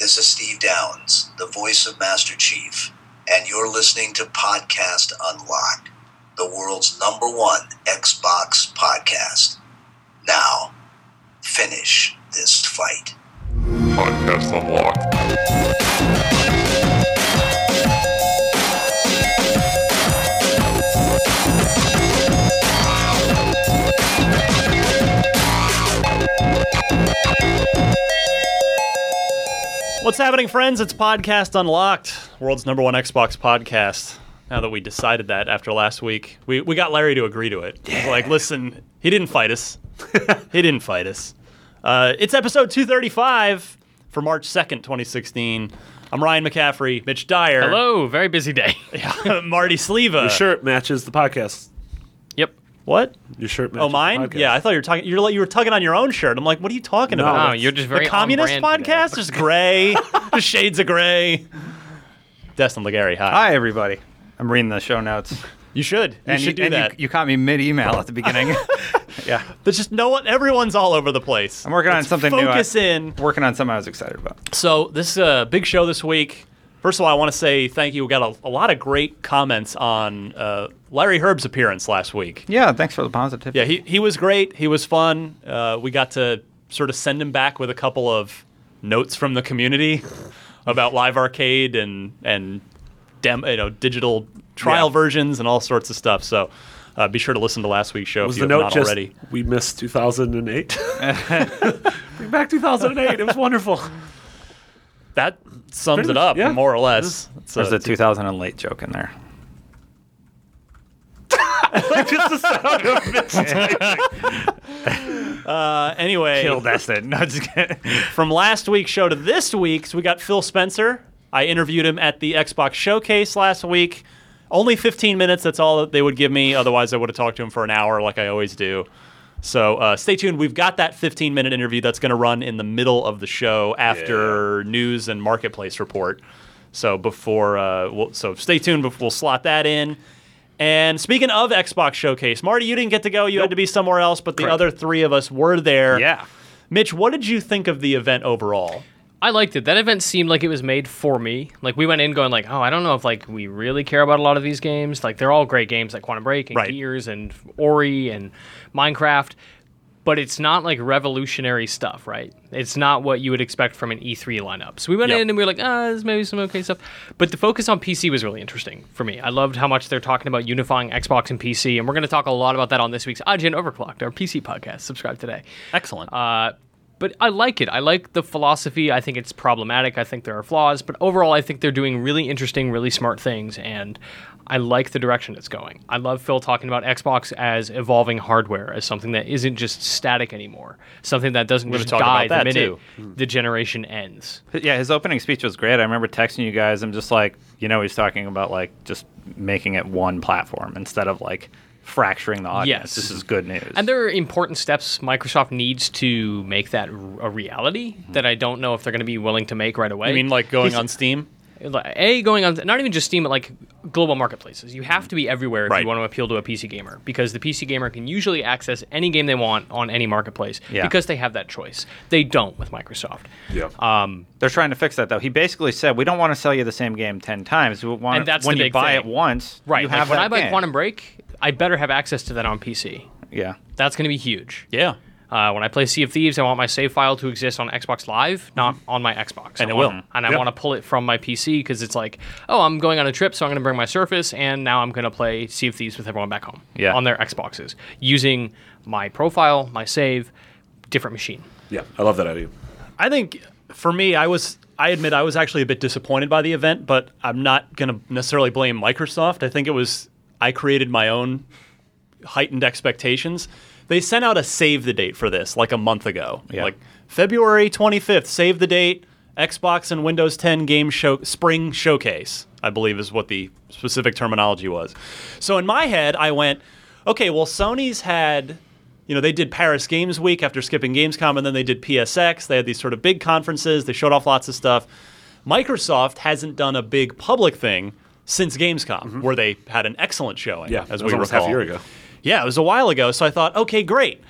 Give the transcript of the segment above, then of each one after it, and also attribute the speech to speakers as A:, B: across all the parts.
A: is Steve Downs, the voice of Master Chief, and you're listening to Podcast Unlocked, the world's number one Xbox podcast. Now, finish this fight.
B: Podcast Unlocked.
C: What's happening, friends? It's Podcast Unlocked, world's number one Xbox podcast. Now that we decided that after last week, we, we got Larry to agree to it. He's like, listen, he didn't fight us. he didn't fight us. Uh, it's episode 235 for March 2nd, 2016. I'm Ryan McCaffrey, Mitch Dyer,
D: Hello, very busy day.
C: Marty Sleva.
E: Your shirt matches the podcast.
D: yep.
C: What?
E: Your shirt matches.
C: Oh, mine?
E: The podcast.
C: Yeah, I thought you were talking. You're like you were tugging on your own shirt. I'm like, what are you talking
E: No,
C: about?
D: Wow,
E: that's-
D: you're just very
C: the communist
D: on brand today.
C: podcast is gray, the shades of gray. Destin Legary, hi.
F: Hi, everybody. I'm reading the show notes.
C: You should. You should
F: you,
C: do
F: and you-
C: that.
F: You, caught me mid email at the beginning. yeah.
C: There's just no one. Everyone's all over the place.
F: I'm working on
C: Let's
F: something new. I-
C: Focus in.
F: Working on something I was excited about.
C: So this is a big show this week. First of all, I want to say thank you. We got a, a lot of great comments on uh, Larry Herb's appearance last week.
F: Yeah, thanks for the positive.
C: Yeah, he, he was great. He was fun. Uh, we got to sort of send him back with a couple of notes from the community about live arcade and and dem, you know digital trial
F: Yeah.
C: versions and all sorts of stuff. So uh, be sure to listen to last week's show
E: Was
C: if
E: the
C: you have
E: note
C: not
E: just
C: already.
E: we missed 2008? Bring back 2008. It was wonderful.
C: That sums
E: Pretty
C: it
E: much,
C: up
E: yeah.
C: more or less. So
F: There's a 2000 and late joke in there.
E: just the sound of
C: uh, anyway,
F: Kill Destin. No, just kidding.
C: from last week's show to this week's, we got Phil Spencer. I interviewed him at the Xbox Showcase last week. Only 15 minutes, that's all that they would give me. Otherwise, I would have talked to him for an hour like I always do. So uh, stay tuned. We've got that 15 minute interview that's going to run in the middle of the show after news and marketplace report. So before, uh, we'll, so stay tuned. Before we'll slot that in. And speaking of Xbox Showcase, Marty, you didn't get to go. You had to be somewhere else, but the
F: Correct.
C: other three of us were there.
F: Yeah.
C: Mitch, what did you think of the event overall?
D: I liked it. That event seemed like it was made for me. Like we went in going like, oh, I don't know if like we really care about a lot of these games. Like they're all great games, like Quantum Break and
C: Right.
D: Gears and Ori and Minecraft, but it's not like revolutionary stuff, right? It's not what you would expect from an E3 lineup. So we went
C: Yep.
D: in and we were like, ah, there's maybe some okay stuff. But the focus on PC was really interesting for me. I loved how much they're talking about unifying Xbox and PC, and we're going to talk a lot about that on this week's IGN Overclocked, our PC podcast. Subscribe today.
C: Excellent.
D: Uh, but I like it. I like the philosophy. I think it's problematic. I think there are flaws, but overall, I think they're doing really interesting, really smart things, and I like the direction it's going. I love Phil talking about Xbox as evolving hardware, as something that isn't just static anymore, something that doesn't
C: gonna
D: just
C: talk
D: die
C: about
D: the
C: that, Hmm.
D: minute the generation ends.
F: Yeah, his opening speech was great. I remember texting you guys. I'm just like, you know, he's talking about like just making it one platform instead of like fracturing the audience.
D: Yes.
F: This is good news.
D: And there are important steps Microsoft needs to make that r- a reality that I don't know if they're going to be willing to make right away.
C: I Hmm. mean, like going
D: He's-
C: on Steam?
D: like, a going on not even just steam but like global marketplaces you have to be everywhere if
C: Right.
D: you want to appeal to a pc gamer because the pc gamer can usually access any game they want on any marketplace
F: Yeah.
D: because they have that choice they don't with microsoft
E: Yeah.
C: Uh,
D: um,
F: They're trying to fix that though. He basically said, "We don't want to sell you the same game ten times. We want
D: And that's
F: when
D: the
F: you
D: big
F: buy
D: thing.
F: it once,
D: right
F: You
D: like,
F: have
D: when
F: that
D: i buy
F: game."
D: quantum break i better have access to that on pc
F: Yeah,
D: that's going to be huge
C: Yeah.
D: uh, when i play sea of thieves i want my save file to exist on xbox
F: Mm-hmm.
D: live not on my xbox
C: And
D: I
C: it
D: want-
C: will.
D: and i
E: Yeah.
D: want to pull it from my pc because it's like oh i'm going on a trip so i'm going to bring my surface and now i'm going to play sea of thieves with everyone back home
F: Yeah.
D: on their xboxes using my profile my save different machine
E: yeah, I love that idea.
C: I think for me, I was, I admit, I was actually a bit disappointed by the event, but I'm not going to necessarily blame Microsoft. I think it was, I created my own heightened expectations. They sent out a save the date for this like a month ago.
F: Yeah.
C: Like February 25th, save the date, Xbox and Windows 10 game show spring showcase, I believe is what the specific terminology was. So in my head, I went, okay, well Sony's had you know, they did Paris Games Week after skipping Gamescom and then they did PSX. They had these sort of big conferences, they showed off lots of stuff. Microsoft hasn't done a big public thing since Gamescom, where they had an excellent showing,
E: Mm-hmm. Yeah,
C: as
E: that
C: we
E: was almost
C: recall.
E: half a year ago.
C: Yeah, it was a while ago. So I thought, okay, great.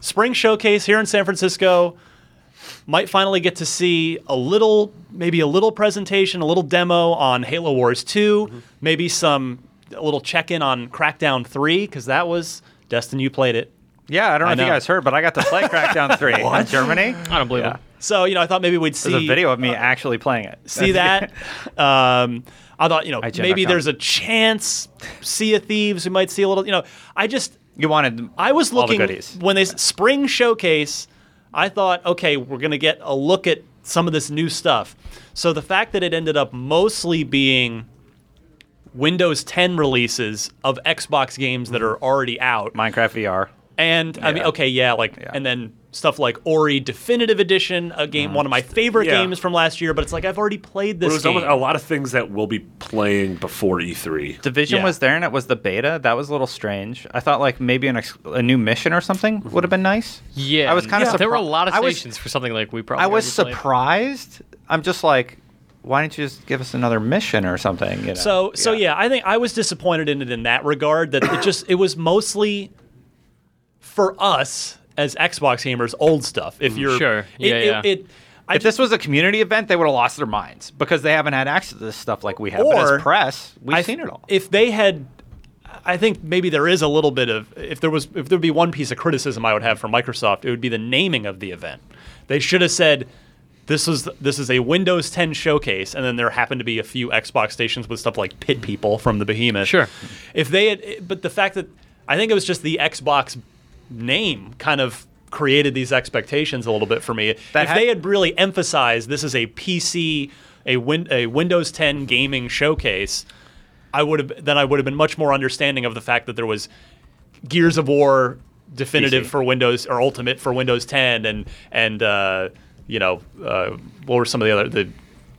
C: Spring showcase here in San Francisco. might finally get to see a little, maybe a little presentation, a little demo on Halo Wars 2,
F: Mm-hmm.
C: maybe some a little check in on Crackdown 3 because that was Destin. You played it.
F: Yeah, I don't know
C: I
F: if you
C: know.
F: guys heard, but I got to play Crackdown 3 in Germany.
D: I don't believe
F: Yeah.
D: it.
C: So you know, I thought maybe we'd
F: There's
C: see
F: a video of
D: uh,
F: me actually playing it.
C: see that. Um, I thought you know
F: IGN.com.
C: maybe there's a chance Sea of Thieves we might see a little. You know, I just
F: You wanted
C: I was
F: all
C: looking
F: the goodies.
C: when they s- spring showcase. I thought, okay, we're gonna get a look at some of this new stuff. So the fact that it ended up mostly being Windows 10 releases of Xbox games that are already out,
F: Minecraft VR.
C: and I mean,
F: Mm-hmm. Yeah.
C: okay, yeah, like,
F: Yeah.
C: and then stuff like Ori Definitive Edition, a game,
F: Mm-hmm.
C: one of my favorite
E: Yeah.
C: games from last year. But it's like I've already played
E: There
C: this
E: was
C: game.
E: almost a lot of things that we'll be playing before E E3.
F: Division
C: Yeah.
F: was there and it was the beta. That was a little strange. I thought like maybe an ex- a new mission or something would have been nice.
D: Yeah,
F: I was kind of
D: There were a
F: surpri-
D: lot of
F: I was-
D: stations for something like we probably.
F: I was
D: already played.
F: surprised. I'm just like, why didn't you just give us another mission or something? You know?
C: So so yeah. I think I was disappointed in it in that regard that it just it was mostly for us as Xbox gamers old stuff. If you're
D: Mm. Sure.
C: it-
D: Yeah,
C: it,
D: yeah.
C: it- I
F: If this was a community event, they would have lost their minds because they haven't had access to this stuff like we have. but
C: Or-
F: as press, we've
C: I-
F: seen it all.
C: If they had, I think maybe there is a little bit of if there was if there'd be one piece of criticism I would have for Microsoft, it would be the naming of the event. They should have said. This was this is a Windows 10 showcase, and then there happened to be a few Xbox stations with stuff like Pit People from the Behemoth.
D: Sure.
C: if they had, but the fact that I think it was just the Xbox name kind of created these expectations a little bit for me.
F: That
C: if
F: had-
C: they had really emphasized this is a PC, a win, a Windows 10 gaming showcase, I would have then I would have been much more understanding of the fact that there was Gears of War definitive
F: PC.
C: for Windows or Ultimate for Windows 10 and and uh, you know uh, what were some of the other the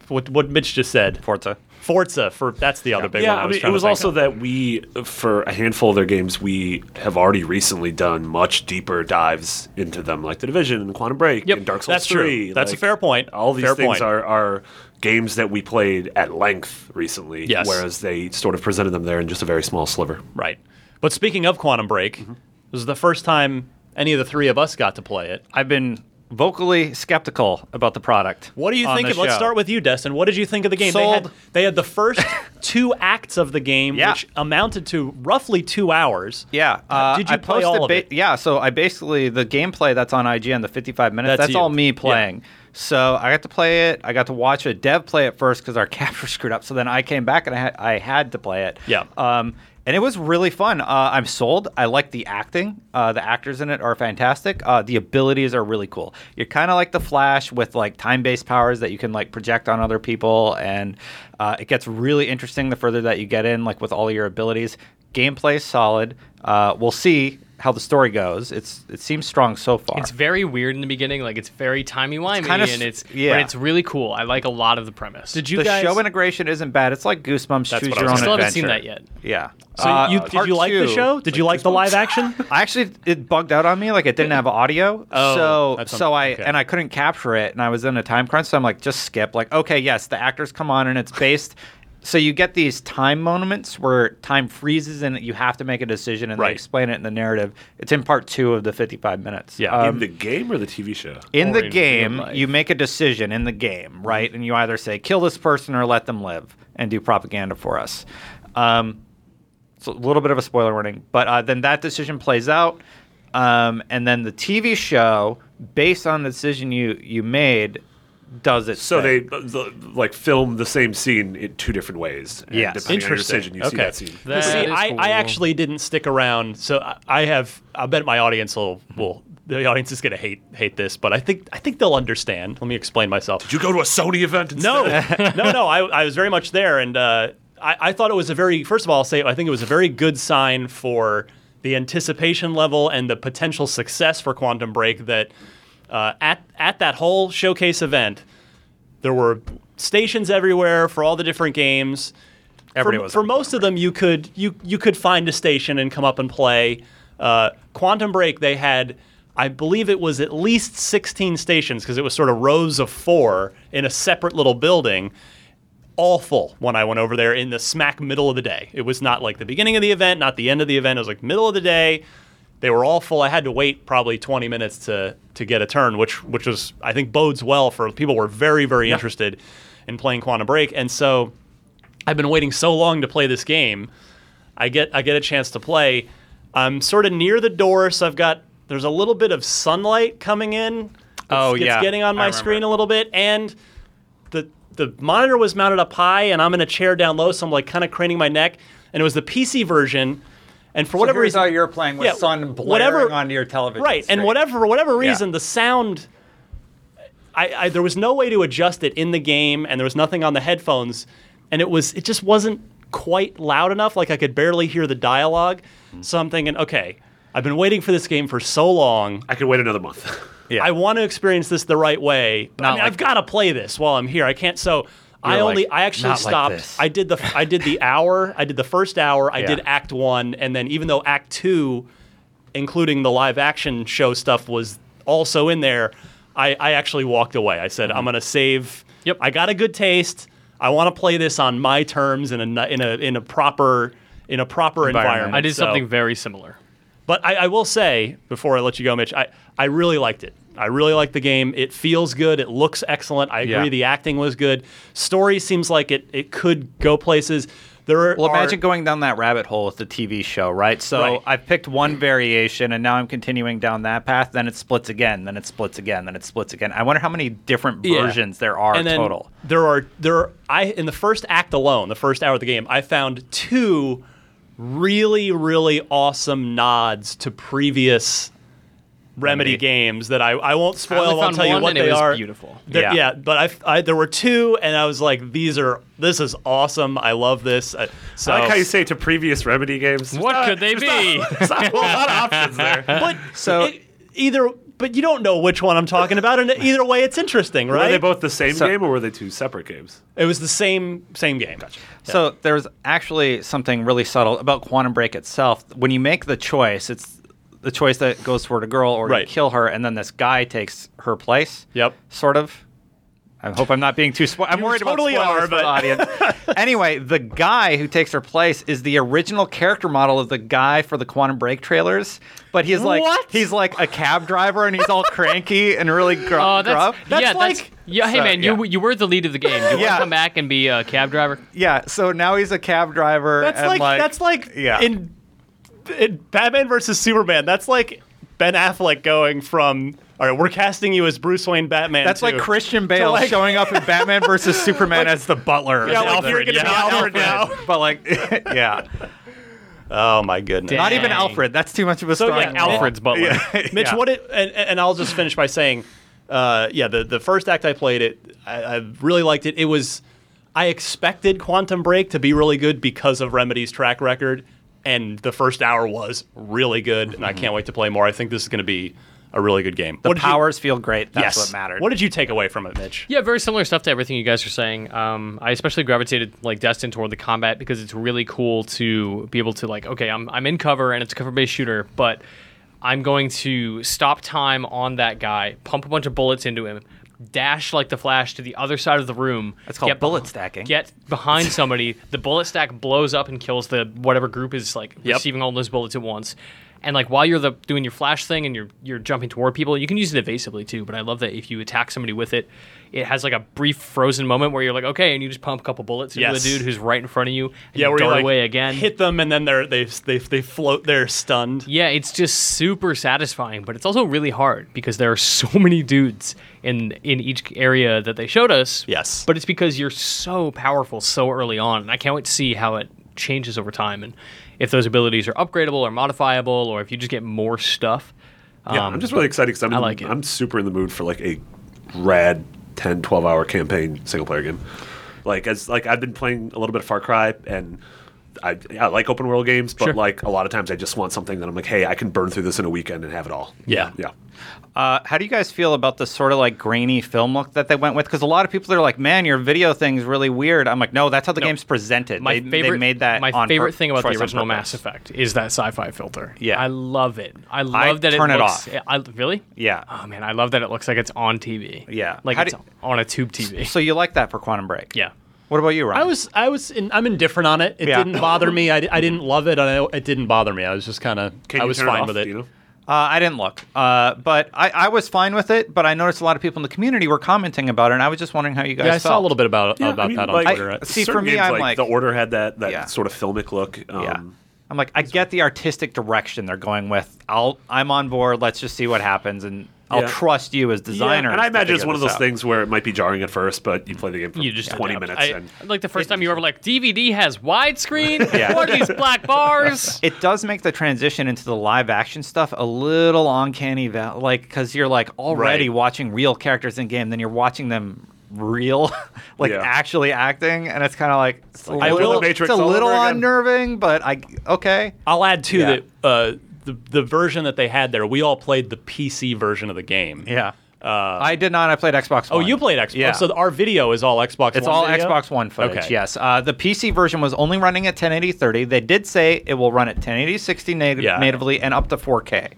C: what what Mitch just said
F: Forza.
C: Forza for that's the other big
E: yeah,
C: one. I
E: I
C: was
E: mean, it
C: trying to
E: was
C: think
E: also
C: of.
E: that we, for a handful of their games, we have already recently done much deeper dives into them, like The Division and Quantum Break
D: Yep,
E: and Dark Souls
C: that's true.
E: 3.
C: That's a
E: like,
C: fair point.
E: All these
C: Fair
E: things
C: point.
E: Are, are games that we played at length recently,
C: Yes.
E: whereas they sort of presented them there in just a very small sliver.
C: Right. But speaking of Quantum Break,
E: Mm-hmm.
C: this is the first time any of the three of us got to play it.
F: I've been vocally skeptical about the product.
C: What do you
F: on
C: think
F: the
C: of? Let's
F: show.
C: start with you, Destin. What did you think of the game? They
F: Sold.
C: had they had the first two acts of the game,
F: Yeah.
C: which amounted to roughly two hours.
F: Yeah. Uh,
C: Did you
F: I
C: play
F: posted
C: all of
F: ba-
C: it?
F: Yeah. So I basically the gameplay that's on IGN, the 55 minutes.
C: That's
F: That's, all
C: you.
F: me
C: Yeah.
F: playing. So I got to play it. I got to watch a dev play it first because our capture screwed up. So then I came back and I had, I had to play it.
C: Yeah.
F: Um, and it was really fun. Uh, I'm sold. I like the acting. Uh, the actors in it are fantastic. Uh, the abilities are really cool. You're kind of like the Flash with like time-based powers that you can like project on other people, and uh, it gets really interesting the further that you get in, like with all your abilities. Gameplay's solid. Uh, we'll see how the story goes. It's it seems strong so far.
D: It's very weird in the beginning. Like it's very timey wimey,
F: kinda s-
D: and it's
F: yeah.
D: but it's really cool. I like a lot of the premise.
C: Did you
F: the
C: guys
F: show integration isn't bad. It's like Goosebumps.
C: That's
F: choose
C: what I
F: your own
C: was
F: adventure.
D: Still haven't seen that yet.
F: Yeah.
C: So
F: Uh,
C: you did
F: part
C: you like the
F: two-
C: show? Did you like the live action?
F: I actually it bugged out on me like it didn't have audio.
C: Oh,
F: so
C: that's
F: so I
C: okay.
F: and I couldn't capture it and I was in a time crunch so I'm like just skip like okay yes the actors come on and it's based so you get these time moments where time freezes and you have to make a decision and
C: Right.
F: they explain it in the narrative. It's in part 2 of the 55 minutes. Um,
C: Yeah.
E: in the game or the TV show?
F: In the
D: in real
F: game,
D: life.
F: you make a decision in the game, right? And you either say kill this person or let them live and do propaganda for us. Um, it's a little bit of a spoiler warning, but uh, then that decision plays out, um, and then the TV show, based on the decision you you made, does it.
E: So they uh, the, like film the same scene in two different ways. And
F: Yes.
E: depending on your
C: Interesting.
E: decision, you see
C: Okay.
E: that scene.
D: That
C: See,
D: is
C: I, I
D: cool.
C: actually didn't stick around, so I- I have. I bet my audience will. will the audience is going to hate hate this, but I think I think they'll understand. Let me explain myself.
E: Did you go to a Sony event? Instead?
C: No, no, no. I, I was very much there, and uh, I, I thought it was a very. First of all, I'll say I think it was a very good sign for the anticipation level and the potential success for Quantum Break that uh, at at that whole showcase event, there were stations everywhere for all the different games.
F: Everybody
C: for,
F: was
C: for
F: at
C: most of them, you could you you could find a station and come up and play. Uh, Quantum Break, they had, I believe it was at least 16 stations because it was sort of rows of four in a separate little building. All full when I went over there in the smack middle of the day. It was not like the beginning of the event, not the end of the event. It was like middle of the day. They were all full. I had to wait probably 20 minutes to to get a turn, which which was I think bodes well for people were very very interested in playing Quantum Break, and so I've been waiting so long to play this game. I get I get a chance to play. I'm sort of near the door, so I've got there's a little bit of sunlight coming in. It's,
D: Oh,
C: it's
D: yeah.
C: getting on
D: I
C: my
D: remember.
C: screen a little bit, and the the monitor was mounted up high, and I'm in a chair down low, so I'm like kind of craning my neck. And it was the PC version, and for whatever
G: here's
C: reason,
G: how you're playing with
C: yeah,
G: sun blaring
C: whatever-
G: onto your television.
C: right and
G: screen.
C: whatever for whatever reason the sound I, I there was no way to adjust it in the game and there was nothing on the headphones and it was it just wasn't quite loud enough like i could barely hear the dialogue
G: Mm.
C: so i'm thinking okay i've been waiting for this game for so long
E: I could wait another month.
F: Yeah.
C: I want to experience this the right way. but I
D: Not
C: mean,
D: like-
C: I've got to play this while I'm here. I can't. So I
F: You're like,
C: only, I actually
F: "Not like
C: stopped.
F: this."
C: I did the, I did the hour. I did the first hour. I did
F: Yeah.
C: Act One, and then even though Act Two, including the live action show stuff, was also in there, I, I actually walked away. I said, I'm gonna save.
D: Yep.
C: I got a good taste. I want to play this on my terms in a ni- in a in a proper in a proper environment.
D: I did
C: So-
D: something very similar.
C: but I, I will say before I let you go, Mitch, I, I really liked it. I really liked the game. It feels good. It looks excellent. I agree.
F: Yeah.
C: The acting was good. Story seems like it it could go places. There are,
F: Well, imagine
C: are-
F: going down that rabbit hole with the TV show, right? So
C: Right.
F: I've picked one variation, and now I'm continuing down that path. Then it splits again. Then it splits again. Then it splits again. I wonder how many different
C: Yeah.
F: versions there are
C: and then
F: total.
C: There are there are, I in the first act alone, the first hour of the game, I found two really really awesome nods to previous Remedy, games that I, I won't spoil.
D: I only
C: won't
D: found
C: tell you
D: one
C: what
D: and it
C: they
D: was
C: are.
D: beautiful.
C: There-
F: Yeah.
C: yeah. but I, I there were two, and I was like, these are this is awesome. I love this. uh, I, so
E: I like how you say to previous Remedy games.
D: What could they be?
E: There's not a lot of options there.
C: but
F: So-
C: so either, but you don't know which one I'm talking about, and either way, it's interesting,
E: Were
C: right?
E: they both the same game or were they two separate games?
C: It was the same same game.
F: So there's actually something really subtle about Quantum Break itself. When you make the choice, it's the choice that goes toward a girl or you
C: Right.
F: kill her, and then this guy takes her place.
C: Yep.
F: Sort of. I hope I'm not being too. Spo- I'm worried
C: totally
F: about spoilers
C: are,
F: for the
C: but-
F: audience. anyway, the guy who takes her place is the original character model of the guy for the Quantum Break trailers, but he's like
D: What?
F: he's like a cab driver and he's all cranky and really gr-
D: Oh, that's,
F: gruff.
D: yeah,
C: like-
D: that's, yeah. Hey,
F: So,
D: man,
F: yeah.
D: you you were the lead of the game. You want
F: Yeah.
D: to come back and be a cab driver?
F: Yeah, so now he's a cab driver.
C: That's
F: and
C: like,
F: like
C: that's like
F: yeah.
C: in, in Batman versus Superman. That's like Ben Affleck going from all right, we're casting you as Bruce Wayne Batman.
F: That's like
C: to-
F: Christian Bale
C: like-
F: showing up in Batman versus Superman as the butler.
C: Yeah, like
F: Alfred,
C: you're gonna
F: yeah.
C: be Alfred now.
F: But like, yeah,
C: Oh my goodness.
F: not even
D: Dang.
F: Alfred. That's too much of a
C: So,
F: starring
C: yeah,
F: role.
D: Alfred's butler.
C: Mitch,
F: Yeah.
C: what it and, and I'll just finish by saying, uh, yeah, the, the first act I played it, I, I really liked it. It was I expected Quantum Break to be really good because of Remedy's track record, and the first hour was really good, and I can't wait to play more. I think this is going to be a really good game.
F: The
C: What did you-
F: powers feel great.
C: yes.
F: That's what mattered.
C: What did you take away from it, Mitch?
D: Yeah, very similar stuff to everything you guys are saying. Um, I especially gravitated like Destin toward the combat because it's really cool to be able to like, okay, I'm I'm in cover and it's a cover-based shooter, but I'm going to stop time on that guy, pump a bunch of bullets into him, dash like the flash to the other side of the room.
F: That's called
D: get beh-
F: bullet stacking.
D: Get behind somebody. the bullet stack blows up and kills the whatever group is like receiving all those bullets at once. And like while you're the doing your flash thing and you're you're jumping toward people, you can use it evasively too. But I love that if you attack somebody with it, it has like a brief frozen moment where you're like, okay, and you just pump a couple bullets into
C: Yes.
D: the dude who's right in front of you. And
C: Yeah,
D: you
C: where you
D: dart
C: like
D: away again.
C: hit them and then they're they they they float, they're stunned.
D: Yeah, it's just super satisfying, but it's also really hard because there are so many dudes in in each area that they showed us.
C: Yes.
D: But it's because you're so powerful so early on, and I can't wait to see how it changes over time and if those abilities are upgradable or modifiable or if you just get more stuff.
E: Yeah, I'm just really excited because I'm, in
D: I
E: the-
D: like it.
E: I'm super in the mood for like a rad 10, 12 hour campaign single player game. Like as like I've been playing a little bit of Far Cry and I, I like open world games, but
D: Sure.
E: like a lot of times I just want something that I'm like, hey, I can burn through this in a weekend and have it all.
C: Yeah.
E: yeah.
F: Uh, how do you guys feel about the sort of like grainy film look that they went with? Because a lot of people are like, "Man, your video thing's really weird." I'm like, "No, that's how the game's presented.
D: My
F: they, they
D: favorite
F: made that.
D: my
F: on
D: favorite
F: pur-
D: thing about
F: choice
D: the
F: on
D: original
F: purpose.
D: Mass Effect is that sci-fi filter.
F: Yeah.
D: I love it. I love that
F: turn it
D: it looks
F: off.
D: Yeah, I, really?
F: Yeah.
D: Oh man, I love that it looks like it's on TV.
F: Yeah.
D: Like
F: How
D: it's
F: do-
D: on a tube TV.
F: So you like that for Quantum Break?
D: yeah.
F: What about you, Ryan?
C: I was, I was, in, I'm indifferent on it. It
F: Yeah.
C: didn't bother me. I, di- I didn't love it. and I, it didn't bother me. I was just kind of,
E: Can
C: I
E: you
C: was
E: turn
C: fine
E: off,
C: with it.
E: do you know?
F: Uh, I didn't look, uh, but I, I was fine with it. But I noticed a lot of people in the community were commenting about it, and I was just wondering how you guys
C: Yeah, I,
F: felt.
C: saw a little bit about
E: Yeah,
C: about
E: I mean,
C: that on
E: like,
C: Twitter.
E: uh,
F: See, for
E: certain
F: me,
E: games,
F: I'm
E: like,
F: like-
E: the order had that that
F: Yeah.
E: sort of filmic look. Um,
F: Yeah. I'm like, I get the artistic direction they're going with. I'll, I'm on board. Let's just see what happens, and I'll
E: Yeah.
F: trust you as designers.
E: and I
F: to
E: imagine it's
F: figure
E: one of
F: this
E: those
F: out.
E: things where it might be jarring at first, but you play the game for
D: You just
E: 20
D: adapt.
E: minutes.
D: I-
E: and
D: like the first time you were ever like DVD has widescreen.
E: Yeah.
D: What are these black bars?
F: It does make the transition into the live action stuff a little uncanny, val- like because you're like already
E: Right.
F: watching real characters in game, then you're watching them real, like
E: Yeah.
F: actually acting, and it's kind of like it's a
E: like
F: little,
E: doing The
F: it's
E: Matrix
F: a
E: all over
F: little
E: again.
F: unnerving, but I okay.
C: I'll add too
F: Yeah.
C: that uh, the the version that they had there, we all played the PC version of the game.
F: Yeah.
E: Uh,
F: I did not. I played Xbox
C: Oh,
F: One.
C: you played Xbox.
F: Yeah.
C: So our video is all Xbox.
F: It's
C: One
F: all
C: video?
F: Xbox One footage.
C: Okay.
F: Yes. Uh, the PC version was only running at 1080 30. They did say it will run at 1080 60 nat-
C: Yeah.
F: natively and up to 4K,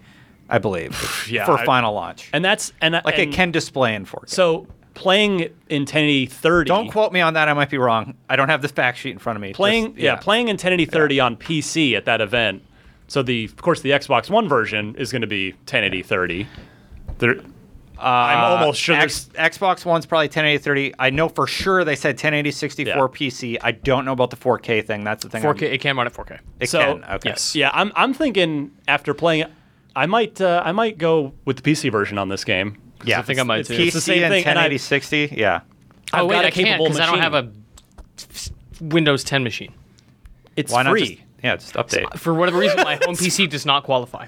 F: I believe,
C: Yeah,
F: for
C: I-
F: final launch.
C: And that's and
F: like
C: and
F: it can display in 4K.
C: So playing in 1080
F: don't quote me on that. I might be wrong. I don't have the fact sheet in front of me.
C: playing
F: Just-
C: yeah. playing in 1080 on PC at that event. So the of course the Xbox One version is going to be 1080 30. I'm almost sure.
F: Uh, X-
C: there's-
F: Xbox One's probably 1080 30. I know for sure they said 1080 64
C: Yeah.
F: PC. I don't know about the 4K thing. That's the thing. I'm-
D: 4K. It can run at 4K.
F: It
C: so
F: can. Okay.
D: yes.
C: yeah, I'm I'm thinking after playing it, I might uh, I might go with the PC version on this game.
F: Yeah.
D: I think I might
C: It's
D: too.
C: PC
F: PC and
C: thing, and I-
F: 1080 60. Yeah.
C: I've
D: oh wait,
C: got a
D: I can't
C: capable
D: because I don't have
C: machine.
D: a Windows 10 machine.
C: It's
F: Why not?
C: free.
F: Just, yeah, just update.
D: For whatever reason, my home PC does not qualify.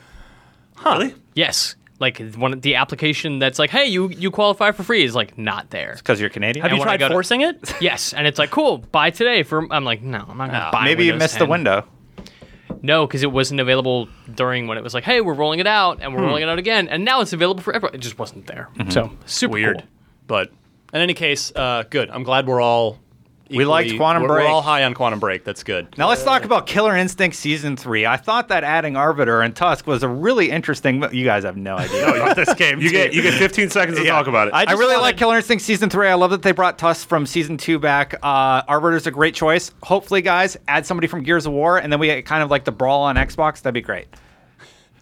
E: really?
D: Yes, like one the application that's like, hey, you you qualify for free is like not there.
F: Because you're Canadian.
C: Have
D: And
C: you
D: when I
C: tried
D: go to-
C: forcing it?
D: Yes, and it's like cool, buy today for. I'm like, no, I'm not gonna buy.
F: Maybe you
D: Windows
F: missed the
D: 10.
F: window.
D: No, because it wasn't available during when it was like, hey, we're rolling it out, and we're
E: Hmm.
D: rolling it out again, and now it's available for everyone. It just wasn't there.
E: Mm-hmm.
D: So super
C: weird.
D: cool.
C: But in any case, uh, good. I'm glad we're all. equally-
F: liked Quantum
C: we're,
F: Break.
C: We're all high on Quantum Break. That's good.
F: Now let's talk about Killer Instinct Season 3. I thought that adding Arbiter and Tusk was a really interesting mo- You guys have no idea about this game.
E: You
F: too.
E: get you get 15 seconds to talk about it.
F: I,
C: just
F: really
C: wanted-
F: like Killer Instinct Season 3. I love that they brought Tusk from Season 2 back. Uh, Arbiter's a great choice. Hopefully, guys, add somebody from Gears of War, and then we get kind of like the brawl on Xbox. That'd be great.